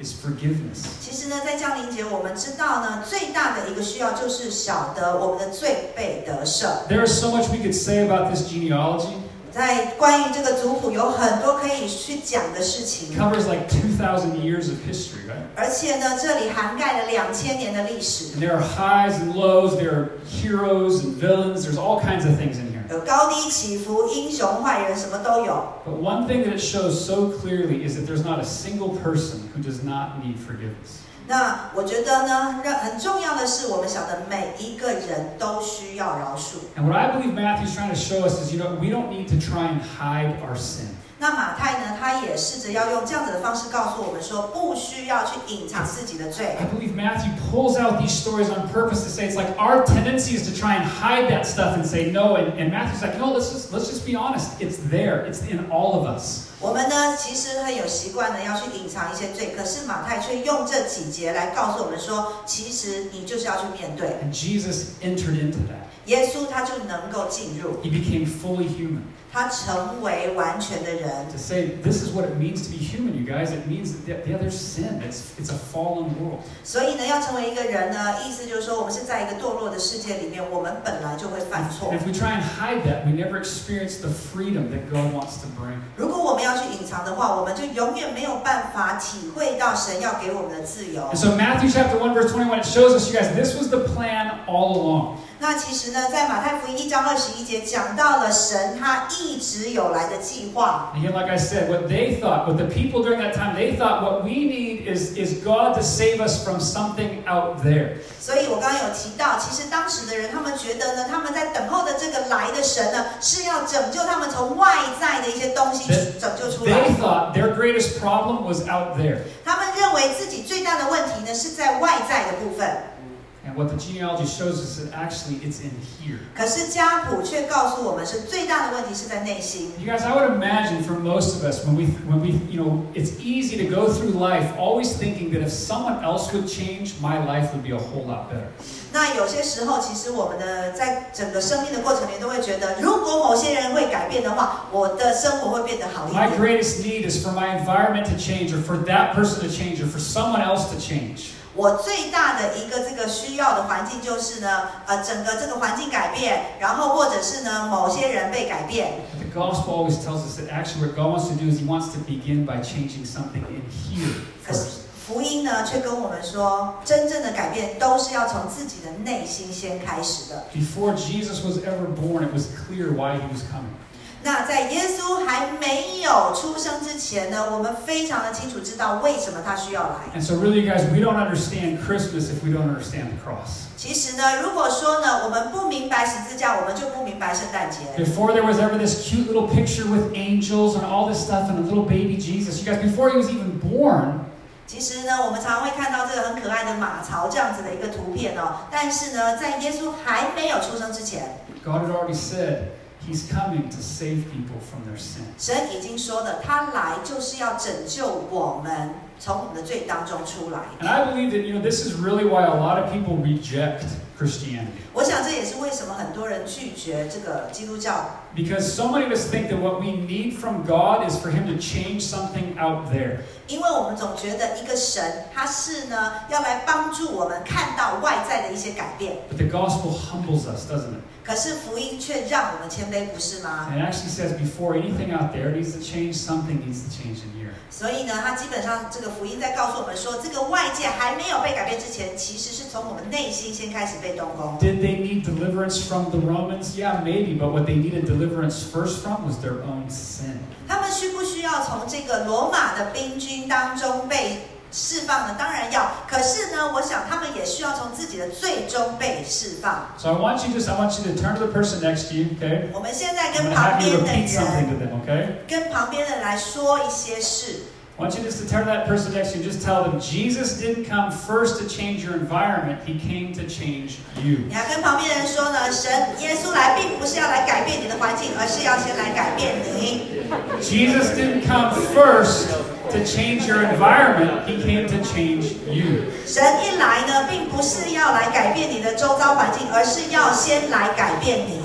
[SPEAKER 1] is forgiveness.
[SPEAKER 2] 其实呢，在降临节，我们知道呢，最大的一个需要就是晓得我们的罪被得赦。
[SPEAKER 1] There is so much we could say about this genealogy.
[SPEAKER 2] 在关于这个族谱有很多可以去讲的事
[SPEAKER 1] It
[SPEAKER 2] 情，
[SPEAKER 1] covers like 2,000 years of history, right?
[SPEAKER 2] 而且呢，这里涵盖了两千年的历史，
[SPEAKER 1] And there are highs and lows, there are heroes and villains, there's all kinds of things in here.
[SPEAKER 2] 有高低起伏、英雄坏人，什么都有。
[SPEAKER 1] But one thing that it shows so clearly is that there's not a single person who does not need forgiveness.
[SPEAKER 2] 那我觉得呢，让很重要的是，我们晓得每一个人都需要饶恕。
[SPEAKER 1] And what I believe Matthew's trying to show us is, you know, we don't need to try and hide our sin.
[SPEAKER 2] 那马太呢，他也试着要用这样子的方式告诉我们说，不需要去隐藏自己的罪。
[SPEAKER 1] I believe Matthew pulls out these stories on purpose to say it's like our tendency is to try and hide that stuff and say no. And, and Matthew's like, no, let's just let's just be honest. It's there. It's in all of us.
[SPEAKER 2] 我们呢，其实很有习惯的要去隐藏一些罪，可是马太却用这几节来告诉我们说，其实你就是要去面对。
[SPEAKER 1] And Jesus entered into that.
[SPEAKER 2] 耶稣他就能够进入，
[SPEAKER 1] He became fully human.
[SPEAKER 2] 他成为完全的人。
[SPEAKER 1] To say this is what it means to be human, you guys. It means that the other sin. It's it's a fallen world.
[SPEAKER 2] 所以呢，要成为一个人呢，意思就是说，我们是在一个堕落的世界里面，我们本来就会犯错
[SPEAKER 1] 嗯 And。if we try and hide that, we never experience the freedom that God wants to bring.
[SPEAKER 2] 如果我们要要去隐藏的话，我们就永远没有办法体会到神要给我们的自由
[SPEAKER 1] And。so Matthew chapter 1 verse 21 it shows us you guys this was the plan all along.
[SPEAKER 2] 那其实呢，在马太福音一章二十一节讲到了神他一直有来的计划。
[SPEAKER 1] And again, like I said, what they thought, what the people during that time, they thought what we need is is God to save us from something out there.
[SPEAKER 2] 所以我刚刚有提到，其实当时的人他们觉得呢，他们在等候的这个来的神呢，是要拯救他们从外在的一些东西
[SPEAKER 1] 对
[SPEAKER 2] 拯救出
[SPEAKER 1] They
[SPEAKER 2] 来。
[SPEAKER 1] thought their greatest problem was out there.
[SPEAKER 2] 他们认为自己最大的问题呢是在外在的部分，
[SPEAKER 1] And what the genealogy shows us is actually it's in here.
[SPEAKER 2] 可是家谱却告诉我们是最大的问题是在内心。
[SPEAKER 1] You guys, I would imagine for most of us, when we, when we, you know, it's easy to go through life always thinking that if someone else would change, my life would be a whole lot better.
[SPEAKER 2] 那有些时候，其实我们的在整个生命的过程里，都会觉得，如果某些人会改变的话，我的生活会变得好一
[SPEAKER 1] My
[SPEAKER 2] 点。
[SPEAKER 1] greatest need is for my environment to change, or for that person to change, or for someone else to change.
[SPEAKER 2] 我最大的一个这个需要的环境就是呢，呃，整个这个环境改变，然后或者是呢，某些人被改变。
[SPEAKER 1] But the gospel always tells us that actually what God wants to do is He wants to begin by changing something in here
[SPEAKER 2] 可是
[SPEAKER 1] first.
[SPEAKER 2] 福音呢，却跟我们说，真正的改变都是要从自己的内心先开始的。
[SPEAKER 1] Before Jesus was ever born, it was clear why He was coming.
[SPEAKER 2] 那在耶稣还没有出生之前呢，我们非常的清楚知道为什么他需要来。
[SPEAKER 1] And so, really, you guys, we don't understand Christmas if we don't understand the cross.
[SPEAKER 2] 其实呢，如果说呢，我们不明白十字架，我们就不明白圣诞节。
[SPEAKER 1] Before there was ever this cute little picture with angels and all this stuff and a little baby Jesus, you guys, before he was even born,
[SPEAKER 2] 其实呢，我们常常会看到这个很可爱的马槽这样子的一个图片哦，但是呢，在耶稣还没有出生之前，
[SPEAKER 1] God had already said he's coming to save people from their sin.
[SPEAKER 2] 神已经说的，他来就是要拯救我们从我们的罪当中出来。
[SPEAKER 1] And I believe that, you know, this is really why a lot of people reject Christianity.
[SPEAKER 2] 我想这也是为什么很多人拒绝这个基督教，
[SPEAKER 1] Because so many of us think that what we need from God is for him to change something out there.
[SPEAKER 2] 因为我们总觉得一个神他是呢要来帮助我们看到外在的一些改变，
[SPEAKER 1] But the gospel humbles us, doesn't it?
[SPEAKER 2] 可是福音却让我们谦卑，不是吗？
[SPEAKER 1] And it actually says before anything out there needs to change, something needs to change in here.
[SPEAKER 2] 所以呢，它基本上这个福音在告诉我们说，这个外界还没有被改变之前，其实是从我们内心先开始被动工。
[SPEAKER 1] Did they need deliverance from the Romans? Yeah, maybe, but what they needed deliverance first from was their own sin.
[SPEAKER 2] 他们需不需要从这个罗马的兵军当中被释放呢？当然要。可是呢，我想他们也需要从自己的最终被释放。
[SPEAKER 1] So I want you just I want you to turn to the person next to you, okay?
[SPEAKER 2] 我们现在
[SPEAKER 1] I'm
[SPEAKER 2] 跟
[SPEAKER 1] gonna
[SPEAKER 2] 旁
[SPEAKER 1] have
[SPEAKER 2] 边
[SPEAKER 1] you
[SPEAKER 2] 的
[SPEAKER 1] repeat
[SPEAKER 2] 人
[SPEAKER 1] something，to them, okay?
[SPEAKER 2] 跟旁边的人来说一些事。
[SPEAKER 1] I want you just to turn to that person next to you and just tell them Jesus didn't come first to change your environment, he came to change you.
[SPEAKER 2] 你要跟旁边的人说呢，神耶稣来，并不是要来改变你的环境，而是要先来改变你。
[SPEAKER 1] Jesus didn't come first to change your environment, he came to change you.
[SPEAKER 2] 神一来呢，并不是要来改变你的周遭环境，而是要先来改变你。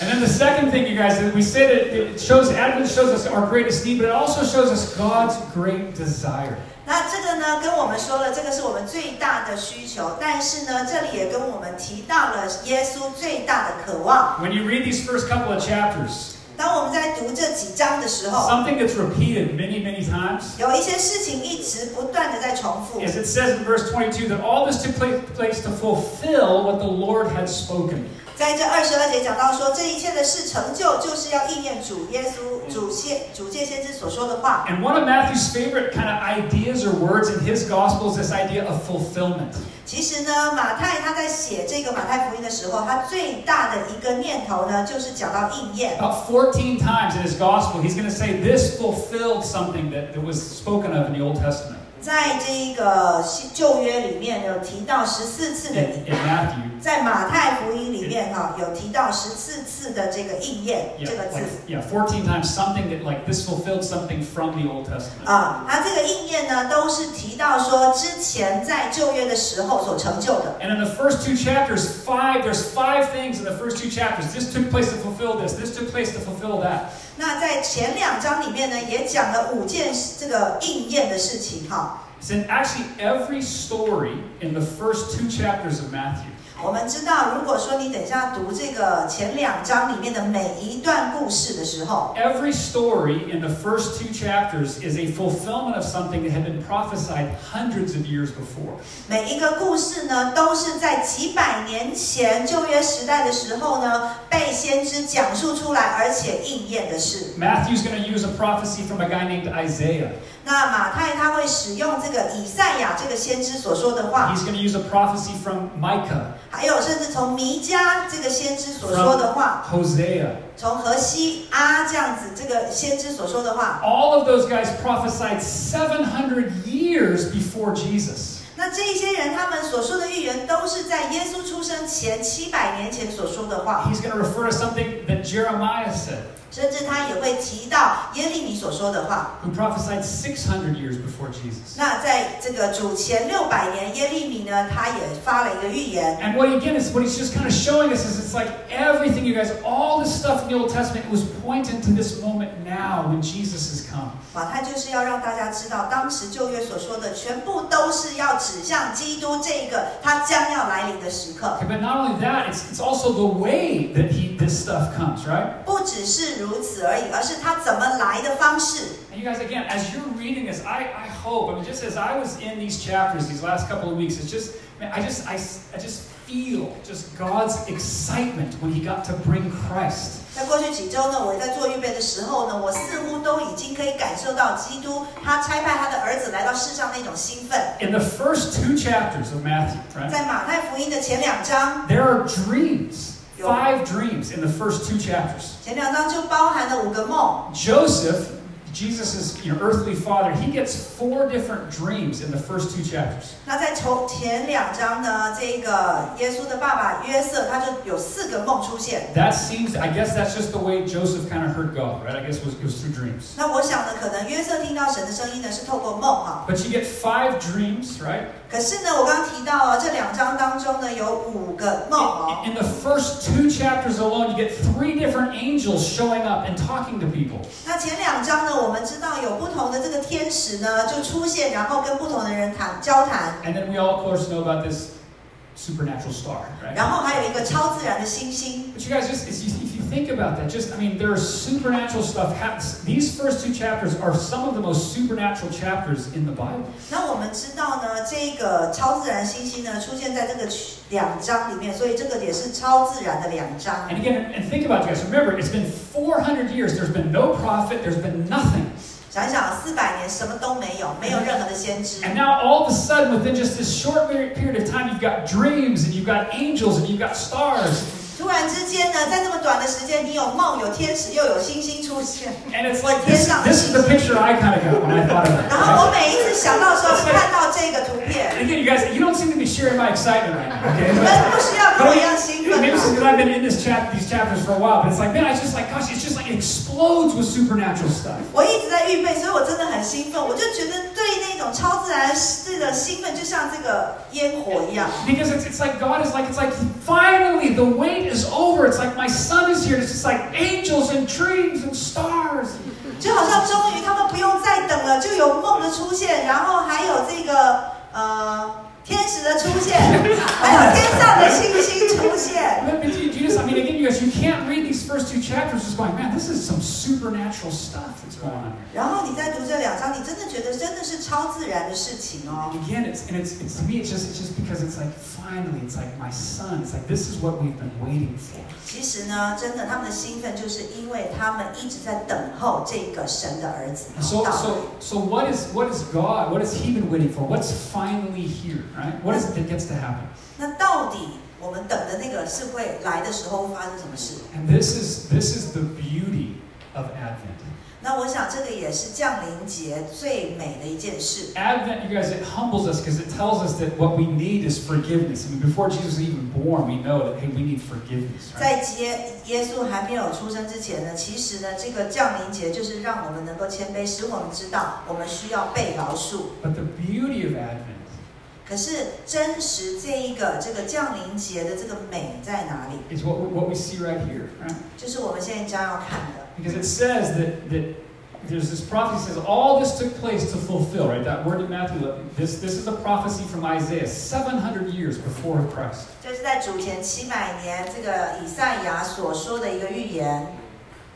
[SPEAKER 1] And then the second thing, you guys, is we say that it shows Advent shows us our greatest need, but it also shows us God's great desire.
[SPEAKER 2] 那这个呢，跟我们说了，这个是我们最大的需求，但是呢，这里也跟我们提到了耶稣最大的渴望。
[SPEAKER 1] When you read these first couple of chapters,
[SPEAKER 2] 当我们在读这几章的时候，
[SPEAKER 1] something that's repeated many, many times
[SPEAKER 2] 有一些事情一直不断的在重复。
[SPEAKER 1] is it says in verse 22 that all this took pla- place to fulfill what the Lord had spoken.
[SPEAKER 2] 在这二十二节讲到说，这一切的事成就，就是要应验主耶稣主先主界先知所说的话。
[SPEAKER 1] And one of Matthew's favorite kind of ideas or words in his gospel is this idea of fulfillment.
[SPEAKER 2] 其实呢，马太他在写这个马太福音的时候，他最大的一个念头呢，就是讲到应验。
[SPEAKER 1] About 14 times in his gospel, he's going to say this fulfilled something that, that was spoken of in the Old Testament.
[SPEAKER 2] 在这个新旧约里面有提到十四次
[SPEAKER 1] In,
[SPEAKER 2] 的，
[SPEAKER 1] in Matthew,
[SPEAKER 2] 在马太福音里面哈、有提到十四次的这个应验这
[SPEAKER 1] Yeah,
[SPEAKER 2] 个字
[SPEAKER 1] like, yeah, 14 times something that like this fulfilled something from the Old Testament.
[SPEAKER 2] 啊，它这个应验呢，都是提到说之前在旧约的时候所成就的。
[SPEAKER 1] and in the first two chapters, five, there's five things in the first two chapters. This took place to fulfill this, this took place to fulfill that.
[SPEAKER 2] 那在前两章里面呢，也讲了五件这个应验的事情哈、
[SPEAKER 1] It's in actually every story in the first two chapters of Matthew.
[SPEAKER 2] 我们知道，如果说你等一下读这个前两章里面的每一段故事的时候，
[SPEAKER 1] Every story in the first two chapters is a fulfillment of something that had been prophesied hundreds of years before.
[SPEAKER 2] 每一个故事呢，都是在几百年前旧约时代的时候呢，被先知讲述出来，而且应验的事。
[SPEAKER 1] Matthew's going to use a prophecy from a guy named Isaiah.
[SPEAKER 2] 那马太他会使用这个以赛亚这个先知所说的话，
[SPEAKER 1] He's going to use a prophecy from Micah,
[SPEAKER 2] 还有甚至从弥迦这个先知所说的话，
[SPEAKER 1] Hosea.
[SPEAKER 2] 从荷西阿这样子这个先知所说的话，
[SPEAKER 1] All of those guys prophesied 700 years before Jesus.
[SPEAKER 2] 那这一些人他们所说的预言都是在耶稣出生前七百年前所说的话，
[SPEAKER 1] He's going to refer to something that Jeremiah said,
[SPEAKER 2] 甚至他也会提到耶利米所说的话。
[SPEAKER 1] who prophesied 600 years before Jesus.
[SPEAKER 2] 那在这个主前六百年，耶利米呢，他也发了一个预言。
[SPEAKER 1] And what he again is what he's just kind of showing us is it's like everything, you guys, all this stuff in the Old Testament was pointing to this moment now when Jesus has come.
[SPEAKER 2] 马太就是要让大家知道，当时旧约所说的全部都是要指向基督这个他将要来临的时刻。
[SPEAKER 1] Okay, but not only that, it's, it's also the way that he this stuff comes, right?
[SPEAKER 2] 不只是如此而已，而是他怎么来的方式。
[SPEAKER 1] And you guys, again, as you're reading this, I, I hope, I mean, just as I was in these chapters these last couple of weeks, it's just, man, I just, I, s- I just feel just God's excitement when he got to bring Christ.
[SPEAKER 2] 在过去几周呢，我在做预备的时候呢，我似乎都已经可以感受到基督他差派他的儿子来到世上那种兴奋。
[SPEAKER 1] In the first two chapters of Matthew, right?
[SPEAKER 2] 在马太福音的前两章，
[SPEAKER 1] There are dreams,
[SPEAKER 2] Yeah.
[SPEAKER 1] five dreams in the first two chapters.
[SPEAKER 2] 前两章就包含了五个梦。
[SPEAKER 1] Joseph, Jesus' you know, earthly father, he gets four different dreams in the first two chapters.
[SPEAKER 2] 那在从前两章呢，这个耶稣的爸爸约瑟他就有四个梦出现。
[SPEAKER 1] That seems, I guess that's just the way Joseph kind of heard God, right? I guess it was, it was through dreams.
[SPEAKER 2] 那我想呢，可能约瑟听到神的声音呢是透过梦哈。
[SPEAKER 1] But you get five dreams, right?
[SPEAKER 2] 可是呢，我刚刚提到哦，这两章当中呢有五个梦哦。
[SPEAKER 1] In, in the first two chapters alone, you get three different angels showing up and talking to people.
[SPEAKER 2] 那前两章呢，我们知道有不同的这个天使呢就出现，然后跟不同的人谈交谈，
[SPEAKER 1] And then we all, of course, know about this supernatural star, right?
[SPEAKER 2] 然后还有一个超自然的星星。
[SPEAKER 1] But you guys, just if you, if you think about that, just I mean, there is supernatural stuff. happens. These first two chapters are some of the most supernatural chapters in the Bible.
[SPEAKER 2] 那我们知道呢，这个超自然星星呢出现在这个两章里面，所以这个也是超自然的两章。
[SPEAKER 1] And again, and think about it, you guys. Remember, it's been 400 years. There's been no prophet. There's been nothing.
[SPEAKER 2] 想一想，四百年什么都没有，没有任何的先知。
[SPEAKER 1] And now, all of a sudden, within just this short mer- period of time, you've got dreams and you've got angels and you've got stars.
[SPEAKER 2] 突然之间呢，在这么短的时间，你有梦，有天使，又有星星出现。
[SPEAKER 1] And it's like Oh. this, this is the picture I kind of got when I thought of it.
[SPEAKER 2] 然后我每一次想到说看到这个图片，
[SPEAKER 1] And again, you guys, you don't seem to be sharing my excitement right now. Okay.
[SPEAKER 2] 你
[SPEAKER 1] But-
[SPEAKER 2] 们不需要
[SPEAKER 1] Oh,
[SPEAKER 2] 跟我一样兴奋、
[SPEAKER 1] Maybe it's
[SPEAKER 2] 啊。
[SPEAKER 1] because I've been in this chap, these chapters for a while, but it's like, man, it's just like, gosh, it's just like it explodes with supernatural stuff.
[SPEAKER 2] 我一直在预备，所以我真的很兴奋。我就觉得对那种超自然式的兴奋，就像这个烟火一样。
[SPEAKER 1] Because it's, it's like God is like, it's like finally the wait is over. It's like my son is here. It's just like angels and trees and stars.
[SPEAKER 2] 就好像终于他们不用再等了，就有梦的出现，然后还有这个呃天使的出现，还有天上的星星出现。
[SPEAKER 1] And then do you, do you just, I mean, again, you guys, you can't read these first two chapters just going, man, this is some supernatural stuff that's going on here.
[SPEAKER 2] 然后你再读这两章，你真的觉得真的是超自然的事情哦。
[SPEAKER 1] And Again, it's and it's, it's to me, it's just it's just because it's like finally, it's like my son. It's like this is what we've been waiting for.
[SPEAKER 2] 其实呢，真的，他们的兴奋就是因为他们一直在等候这个神的儿子
[SPEAKER 1] So,
[SPEAKER 2] 到来。
[SPEAKER 1] so, so what is what is God? What has He been waiting for? What's finally here? Right? What is it that gets to happen?
[SPEAKER 2] 那到底我们等的那个是会来的时候会发生什么事？
[SPEAKER 1] And this is this is the beauty of Advent.
[SPEAKER 2] 那我想这个也是降临节最美的一件事。
[SPEAKER 1] Advent, you guys, it humbles us because it tells us that what we need is forgiveness. I mean, before Jesus was even born, we know that hey, we need forgiveness. Right?
[SPEAKER 2] 在耶耶稣还没有出生之前呢，其实呢，这个降临节就是让我们能够谦卑，使我们知道我们需要被饶恕。
[SPEAKER 1] But the beauty of Advent
[SPEAKER 2] 可是真实这一个这个降临节的这个美在哪里？
[SPEAKER 1] is what we, what we see right here, right?
[SPEAKER 2] 就是我们现在将要看的。
[SPEAKER 1] Because it says that that there's this prophecy that says all this took place to fulfill, right? That word in Matthew, this, this is a prophecy from Isaiah 700 years before Christ.
[SPEAKER 2] 这是在主前七百年这个以赛亚所说的一个预言。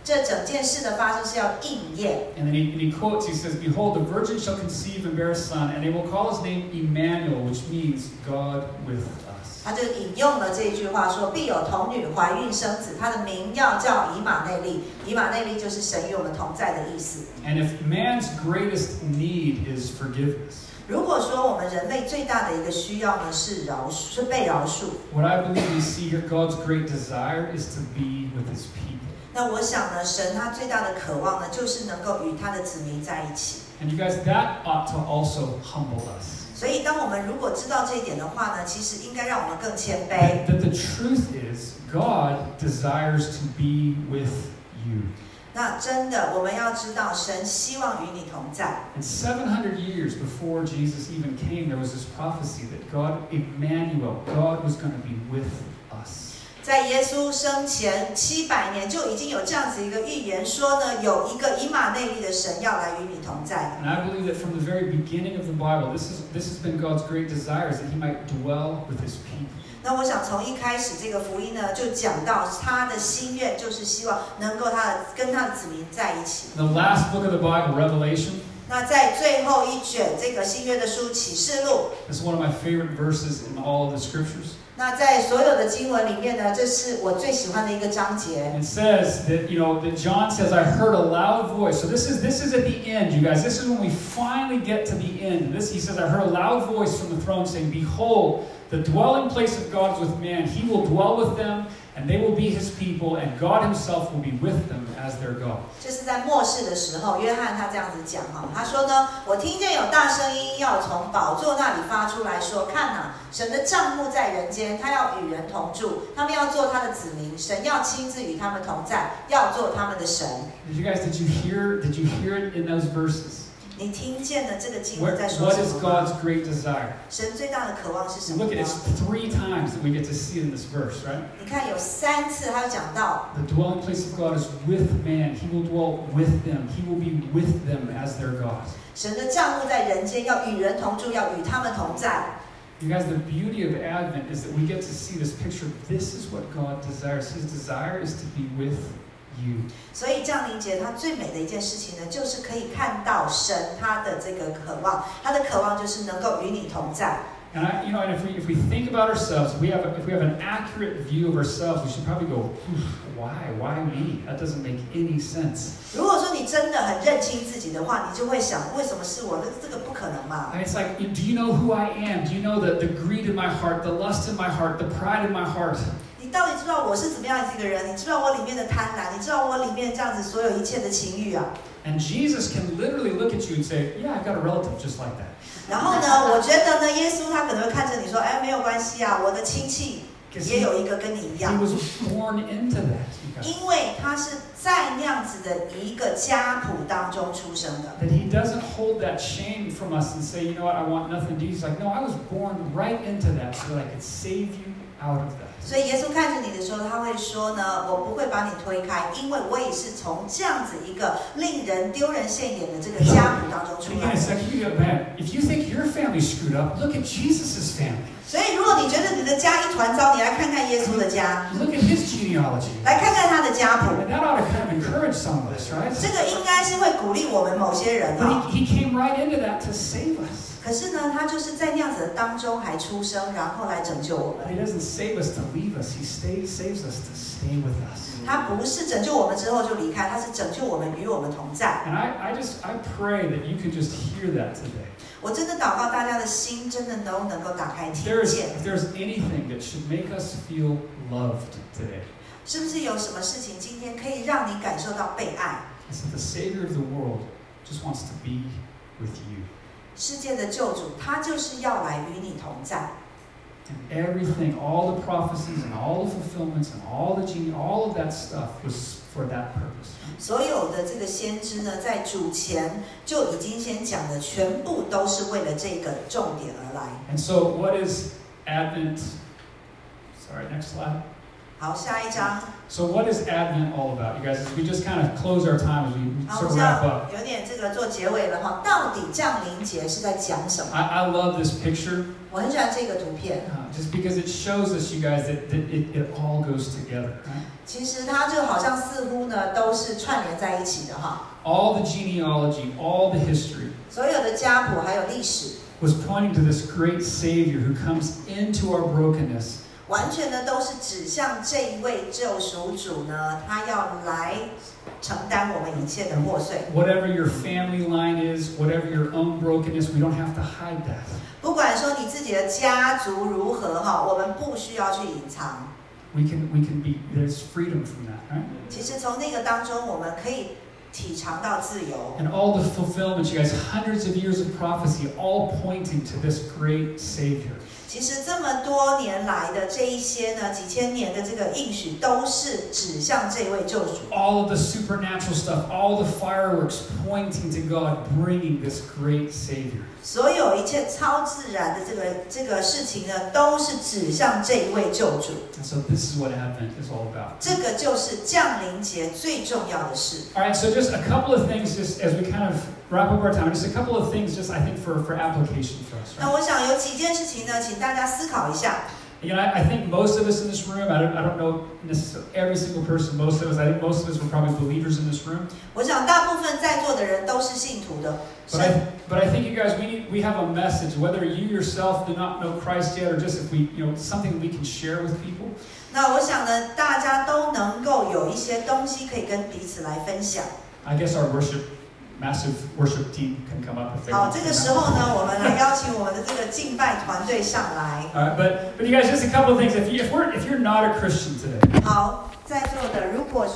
[SPEAKER 2] 这整件事的发生是要应验。
[SPEAKER 1] And then he, and he quotes, he says, Behold, the virgin shall conceive and bear a son, and they will call his name Emmanuel, which means God with us.
[SPEAKER 2] 他就引用了这句话说：“必有童女怀孕生子，她的名要叫以马内利。以马内利就是神与我们同在的意思。
[SPEAKER 1] And if man's greatest need is forgiveness, ”
[SPEAKER 2] 如果说我们人类最大的一个需要呢是饶恕，是被饶恕，
[SPEAKER 1] what I believe we see here, God's great desire is to be with his people.
[SPEAKER 2] 那我想呢，神他最大的渴望呢就是能够与他的子民在一起。
[SPEAKER 1] And you guys, that ought to also humble us.
[SPEAKER 2] 所以，当我们如果知道这一点的话呢，其实应该让我们更谦卑。
[SPEAKER 1] That that the truth is, God desires to be with you.
[SPEAKER 2] 那真的，我们要知道，神希望与你同在。
[SPEAKER 1] And 700 years before Jesus even came, there was this prophecy that God, Emmanuel, God was going to be with us.
[SPEAKER 2] 在耶稣生前七百年就已经有这样子一个预言，说呢，有一个以马内利的神要来与你同在。
[SPEAKER 1] And I believe that from the very beginning of the Bible, this, is, this has been God's great desire is that He might dwell with His people.
[SPEAKER 2] 那我想从一开始这个福音呢，就讲到他的心愿就是希望能够他的跟他的子民在一起。
[SPEAKER 1] The last book of the Bible, Revelation,
[SPEAKER 2] 那在最后一卷这个新约的书启示录，
[SPEAKER 1] is one of my favorite verses in all of the scriptures.
[SPEAKER 2] 那在所有的经文里面呢，这是我最喜欢的一个章节。
[SPEAKER 1] And it says that, you know, that John says, I heard a loud voice. So this is this is at the end, you guys. This is when we finally get to the end. This he says, I heard a loud voice from the throne saying, Behold, the dwelling place of God is with man. He will dwell with them, and they will be his people, and God himself will be with them as their God.
[SPEAKER 2] 就是在末世的时候，约翰他这样子讲哈，他说呢，我听见有大声音要从宝座那里发出来说，看呐、神的帐幕在人间，他要与人同住，他们要做他的子民，神要亲自与他们同在，要做他们的神。
[SPEAKER 1] Did you guys did you hear did you hear it in those verses?
[SPEAKER 2] 你听见了这个经
[SPEAKER 1] What,
[SPEAKER 2] 文在说什
[SPEAKER 1] what is
[SPEAKER 2] 么吗
[SPEAKER 1] God's great desire?
[SPEAKER 2] 神最大的渴望是什
[SPEAKER 1] And
[SPEAKER 2] 么
[SPEAKER 1] look at
[SPEAKER 2] 呢
[SPEAKER 1] it's？three times that we get to see in this verse, right?
[SPEAKER 2] 你看有三次他讲到，
[SPEAKER 1] The dwelling place of God is with man. He will dwell with them. He will be with them as their God.
[SPEAKER 2] 神的帐幕在人间，要与人同住，要与他们同在。
[SPEAKER 1] You guys, the beauty of Advent is that we get to see this picture. This is what God desires. His desire is to be with you.
[SPEAKER 2] 所以降临节它最美的一件事情呢，就是可以看到神他的这个渴望，他的渴望就是能够与你同在。
[SPEAKER 1] And I, you know, and if we if we think about ourselves, we have if we have an accurate view of ourselves, we should probably go, "Oof, why, why me? That doesn't make any sense.
[SPEAKER 2] 如果说你真的很认清自己的话，你就会想，为什么是我？这这个不可能嘛。
[SPEAKER 1] And it's like, do you know who I am? Do you know the, the greed in my heart, the lust in my heart, the pride in my heart?
[SPEAKER 2] 你到底知道我是怎么样一个人？你知道我里面的贪婪，你知道我里面这样子所有一切的情欲啊。
[SPEAKER 1] And Jesus can literally look at you and say, Yeah, I've got a relative just like that.
[SPEAKER 2] 然后呢，我觉得呢，耶稣他可能会看着你说，哎，没有关系啊，我的亲戚
[SPEAKER 1] Because
[SPEAKER 2] 也
[SPEAKER 1] he,
[SPEAKER 2] 有一个跟你一
[SPEAKER 1] he
[SPEAKER 2] 样，
[SPEAKER 1] was born into that. you guys.
[SPEAKER 2] 因为他是在那样子的一个家谱当中出生的。
[SPEAKER 1] That he doesn't hold that shame from us and say, You know what, I want nothing to do. He's like, No, I was born right into that so that I could save you out of that.
[SPEAKER 2] 所以耶稣看着你的时候，他会说呢：“我不会把你推开，因为我也是从这样子一个令人丢人现眼的这个家谱当中
[SPEAKER 1] So
[SPEAKER 2] 出
[SPEAKER 1] you
[SPEAKER 2] 来
[SPEAKER 1] guys, like, you get mad. If you think your family screwed up, look at Jesus' family.
[SPEAKER 2] 所以如果你觉得你的家一团糟，你来看看耶稣的家，
[SPEAKER 1] Look at his genealogy.
[SPEAKER 2] 来看看他的家谱，
[SPEAKER 1] And that ought to kind of encourage some of us,
[SPEAKER 2] 这
[SPEAKER 1] right?
[SPEAKER 2] 个应该是会鼓励我们某些人啊。
[SPEAKER 1] But he, he came right into that to save us.
[SPEAKER 2] 可是呢，他就是在那样子的当中还出生，然后来拯救我们。
[SPEAKER 1] But he doesn't save us to leave us. He stays, saves us to stay with us.
[SPEAKER 2] 他不是拯救我们之后就离开，他是拯救我们与我们同在。
[SPEAKER 1] And I, I just, I pray that you can just hear that today.
[SPEAKER 2] 我真的祷告大家的心真的都能够打开
[SPEAKER 1] If
[SPEAKER 2] 听
[SPEAKER 1] there's,
[SPEAKER 2] 见。
[SPEAKER 1] if there's anything that should make us feel loved today,
[SPEAKER 2] 是不是有什么事情今天可以让你感受到被爱？
[SPEAKER 1] it's that the Savior of the world just wants to be with you.
[SPEAKER 2] 世界的救主，他就是要来与你同在。
[SPEAKER 1] And everything, all the prophecies and all the fulfillments and all the gene, all of that stuff was for that purpose.
[SPEAKER 2] 所有的这个先知呢，在主前就已经先讲的，全部都是为了这个重点而来。
[SPEAKER 1] And so, what is Advent? Sorry, next slide.
[SPEAKER 2] 好，下一章，
[SPEAKER 1] So, what is Advent all about, you guys? As we just kind of close our time as we
[SPEAKER 2] 好，
[SPEAKER 1] sort
[SPEAKER 2] 我
[SPEAKER 1] of
[SPEAKER 2] 们
[SPEAKER 1] wrap
[SPEAKER 2] 要
[SPEAKER 1] up.
[SPEAKER 2] 有点这个做结尾了哈。到底降临节是在讲什么？
[SPEAKER 1] I, I love this picture
[SPEAKER 2] 我很喜欢这个图片，
[SPEAKER 1] uh, just because it shows us, you guys, that, that it, it all goes together. right?
[SPEAKER 2] 其实它就好像似乎呢都是串联在一起的哈。
[SPEAKER 1] All the genealogy, all the history
[SPEAKER 2] 所有的家谱还有历史，
[SPEAKER 1] was pointing to this great Savior who comes into our brokenness
[SPEAKER 2] 完全的都是指向这一位救赎主呢，他要来承担我们一切的破碎。
[SPEAKER 1] Whatever your family line is, whatever your own brokenness, we don't have to hide that.
[SPEAKER 2] 不管说你自己的家族如何哈，我们不需要去隐藏。
[SPEAKER 1] We can we can be there's freedom from that, right?
[SPEAKER 2] 其实从那个当中，我们可以体尝到自由。
[SPEAKER 1] And all the fulfillments, you guys, hundreds of years of prophecy, all pointing to this great Savior.
[SPEAKER 2] 其实这么多年来的这一些呢，几千年的这个应许，都是指向这位救主。
[SPEAKER 1] All of the supernatural stuff, all the fireworks pointing to God bringing this great Savior.
[SPEAKER 2] 所有一切超自然的这个这个事情呢，都是指向这一位救主。
[SPEAKER 1] And so this is what Advent is all about.
[SPEAKER 2] 这个就是降临节最重要的事。
[SPEAKER 1] All right, so just a couple of things, just as we kind of wrap up our time, just a couple of things, just I think for, for application for us. Right?
[SPEAKER 2] 那我想有几件事情呢，请大家思考一下。
[SPEAKER 1] You know, I, I think most of us in this room, I don't, I don't know necessarily every single person, most of us, I think most of us were probably believers in this room.
[SPEAKER 2] 我想大部分在座的人都是信徒的，
[SPEAKER 1] But I, but I think you guys, we, need, we have a message, whether you yourself do not know Christ yet, or just if we, you know, something we can share with people.
[SPEAKER 2] 那我想呢，大家都能够有一些东西可以跟彼此来分享。
[SPEAKER 1] I guess our worship, massive worship team can come up if they
[SPEAKER 2] 好，
[SPEAKER 1] want
[SPEAKER 2] 这
[SPEAKER 1] to.
[SPEAKER 2] 个时候呢，我们来邀请我们的这个敬拜团队上来。
[SPEAKER 1] All right, but, but you guys, just a couple of things. If, you, if, we're, if you're not a Christian today,
[SPEAKER 2] 好，在座的如果说